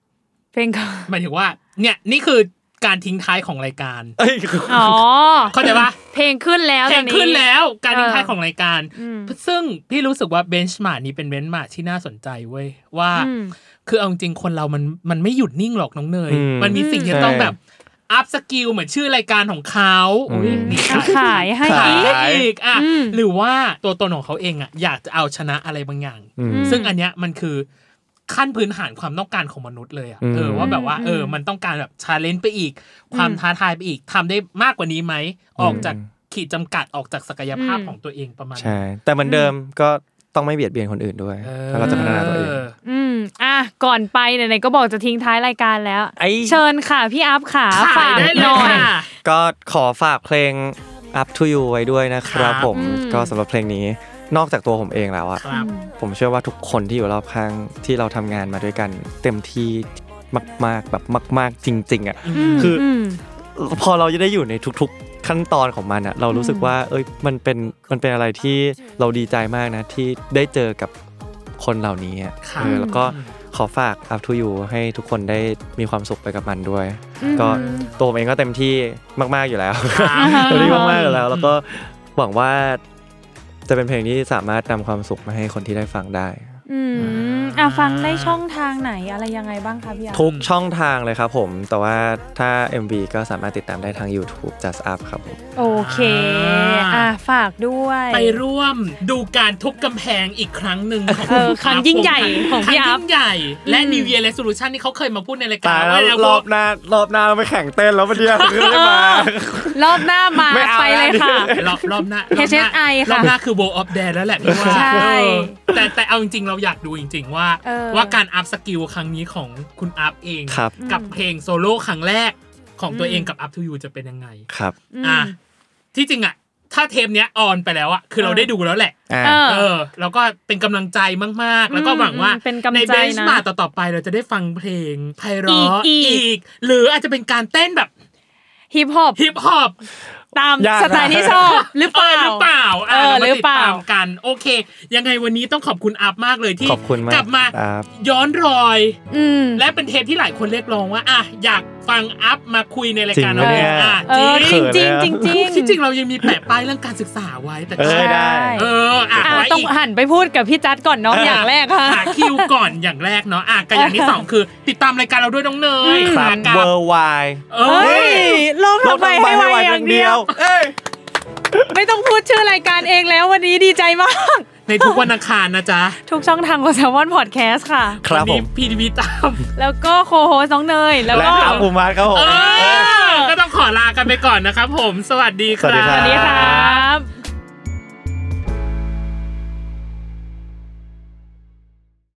B: เพลงก็
A: หมายถึงว่า เนี่ยนี่คือการทิ้งท้ายของรายการ
C: เอ้ย
B: อ๋อ
A: เข้าใจปะ
B: เพลงขึ้นแล้ว
A: แข่ง
B: ตอ
A: ขึ้นแล้วการทิ้งท้าย
B: เออ
A: ของรายการ
B: อืม
A: ซึ่งพี่รู้สึกว่าเบนช์มาร์นี้เป็นเบนช์มาร์ที่น่าสนใจเว้ยว่า
B: อืม
A: คือเอาจริงๆคนเรามันมันไม่หยุดนิ่งหรอกน้องเนย
C: อืม
A: มันมีสิ่งที่
C: ใช่
A: ต้องแบบอัพสกิลเหมือนชื่อรายการของเขา
C: อืม
A: อุ๊ยนี่
B: ขายให้
A: ขาย
C: อีก
A: อีกอ่ะ
B: อืม
A: หรือว่าตัวตนของเขาเองอ่ะอยากจะเอาชนะอะไรบางอย่าง
C: อืม
B: อืม
A: ซึ่งอันเนี้ยมันคือขั้นพื้นฐานความต้องการของมนุษย์เลยอะ
C: อืม
A: เออว่าแบบว่า
B: อืม
A: เออ มันต้องการแบบชาเลนจ์ไปอีก ความท้าทายไปอีกทำได้มากกว่านี้ไหม ออกจากขีดจำกัดออกจากศักยภาพ
B: อืม
A: ของตัวเองประมาณ
C: ใช่ แต่เหมือนเดิมก็ต้องไม่เบียดเบียนคนอื่นด้วยถ้าเราจะพัฒนาตัวเอง
B: อืมอ่ะก่อนไปไหนๆก็บอกจะทิ้งท้ายรายการแล้ว
C: ไอ้
B: เชิญค่ะ พี่อัพขา
A: ขายได้เลย
B: หน่อย
A: ค่ะ
C: ก็ขอฝากเพลง Up to You ไว้ด้วยนะค
A: ครั
C: รับบ ผม
B: อืม
C: ก็สำหรับเพลงนี้นอกจากตัวผมเองแล้วอะ
A: ครับ
C: ผมเชื่อว่าทุกคนที่อยู่รอบข้างที่เราทำงานมาด้วยกัน เต็มที่มากๆแบบมาก ๆ จริง ๆอะ
B: ม
C: คืออื
B: ม
C: พอเราจะได้อยู่ในทุกๆ ขั้นตอนของมันอะเรารู้สึกว่าเอ้ยมันเป็นมันเป็นอะไรที่เราดีใจมากนะ ที่ได้เจอกับคนเหล่านี้อะ
A: ค่ะ
C: เออแล้วก็ขอฝาก Up to You ให้ทุกคนได้มีความสุขไปกับมันด้วย
B: อืม
C: ก็ตัวผมเองก็เต็มที่มากๆอยู่แล้ว
A: ครับ
C: ตอนนี้มากๆอยู่แล้วแล้วก็หวังว่าจะเป็นเพลงที่สามารถนำความสุขมาให้คนที่ได้ฟังได้
B: อืมอ่ะฟังได้ช่องทางไหนอะไรยังไงบ้างคะพี่อัพ
C: ทุกช่องทางเลยครับผม แต่ว่าถ้า MV ก็สามารถติดตามได้ทาง YouTube Just Up ครับผม
B: โอเค อ่ะฝากด้วย
A: ไปร่วมดูการทุบกำแพงอีกครั้งหนึ่งของ
B: เออครั้งยิ่งใหญ่ของ
A: ครั้
B: พี่
A: ง
B: อั
A: ยิ่
B: พ
A: งใหญ่และ
B: อืม
A: New Year Resolution ที่เขาเคยมาพูดในรายการ
C: ตายแล้ว
A: เย
C: ร
A: พ
C: อ
A: วก
C: บหน้ารอบหน้าเราไปแข่งเต้นแล้วมันเดียวคือไม่มา
B: รอบหน้ามา
C: ไม่เอา
B: ไปเลย
C: แล้ว
B: ค่ะ
A: รอบรอบห น้ารอบหน้า
B: HSI ค่ะ
A: รอบหน้าคือ World of d a แล้วแหละพี่ว่า
B: ใช่
A: เออแต่แต่เอาจริงๆ เราอยากดูจริง ๆ ว่า
B: เออ
A: ว่าการอัพสกิลครั้งนี้ของคุณอัพเอง
C: ครับ
A: กับเพลงโซโล่ครั้งแรกของตัวเองกับ Up to You จะเป็นยังไง
C: ครับ
B: อืม
A: อ่ะ ที่จริงอ่ะ ถ้าเทปเนี้ยออนไปแล้วอ่ะ คือเรา
B: เออ
A: ได้ดูแล้วแหละ
C: อ่า
B: เออ
A: เออแล้วก็เป็นกำลังใจมาก ๆ แล้วก็หวังว่า
B: อืมเป็นกำลั
A: ใน
B: งใจนะ
A: เบนช์มาร์ต่อ ๆ ไปเราจะได้ฟังเพลงไพเราะ
B: อีกอีก
A: กหรืออาจจะเป็นการเต้นแบบ
B: ฮิปฮอป
A: ฮิปฮอป
B: ตาม
C: ยากนะ
B: สไตล์ที่ชอบ หรือเปล่า
A: เออหรือเปล่า
B: เออหรือเป
A: ม
B: ล่า
A: ติดตมกัน โอเค ยังไงวันนี้ต้องขอบคุณอัพมากเลยที่
C: ขอบคุณมาก
A: กลับมา
C: ครับ
A: ย้อนรอย
B: อืม
A: และเป็นเทปที่หลายคนเรียกร้องว่าอ่ะอยากฟังอัพมาคุยในรายการ
C: จริงไหมเนี่ย
A: อ่ะ
B: เออ
A: จ
B: จ
A: ริ
B: ริ
A: ง
B: งจริง
C: เขินเลยอะ
B: จริง
A: ที่จริงเรายังมีแปะป้ายเรื่องการศึกษาไว้แต่
C: เอ้
A: ก็
C: ยได้
A: เอออ่ะ
B: อ่ะ
A: ไว้
B: ต้อง
A: อีก
B: หันไปพูดกับพี่จัดก่อนเนาะ
A: เออ
B: อ
A: อ
B: ย่างแรกค่ะ
A: หาคิวก่อนอย่างแรกเนาะอ่ะกับอย่างที่สองคือ ติดตามรายการเราด้วยน้องเนย
C: ครับ
A: กับ
C: Worldwide
A: เอ้
B: เฮ้
A: ย
B: ยลงทำไมให้ไว
C: ว
B: อย่างเดียว
C: เอ้ย
B: ไม่ต้องพูดชื่อรายการเองแล้ววันนี้ดีใจมาก
A: ในทุกวันอังคารนะจ๊ะ
B: ทุกช่องทางของ s ซ l m o n Podcast ค่ะ
C: ครับ
A: วัน
C: ผ
A: นี้
C: ม
A: พี่ดีวีตาม
B: แล้วก็โคโฮสน้องเนย แล้ว
C: และ
B: ก็
C: อาภูมิวัฒน์ครับผม
A: เออก็ต้องขอลากันไปก่อนนะครับผม สวัสดีค
C: สวั
A: รับ
C: สดีครั
B: สวั
C: บ
B: สดีค่ะ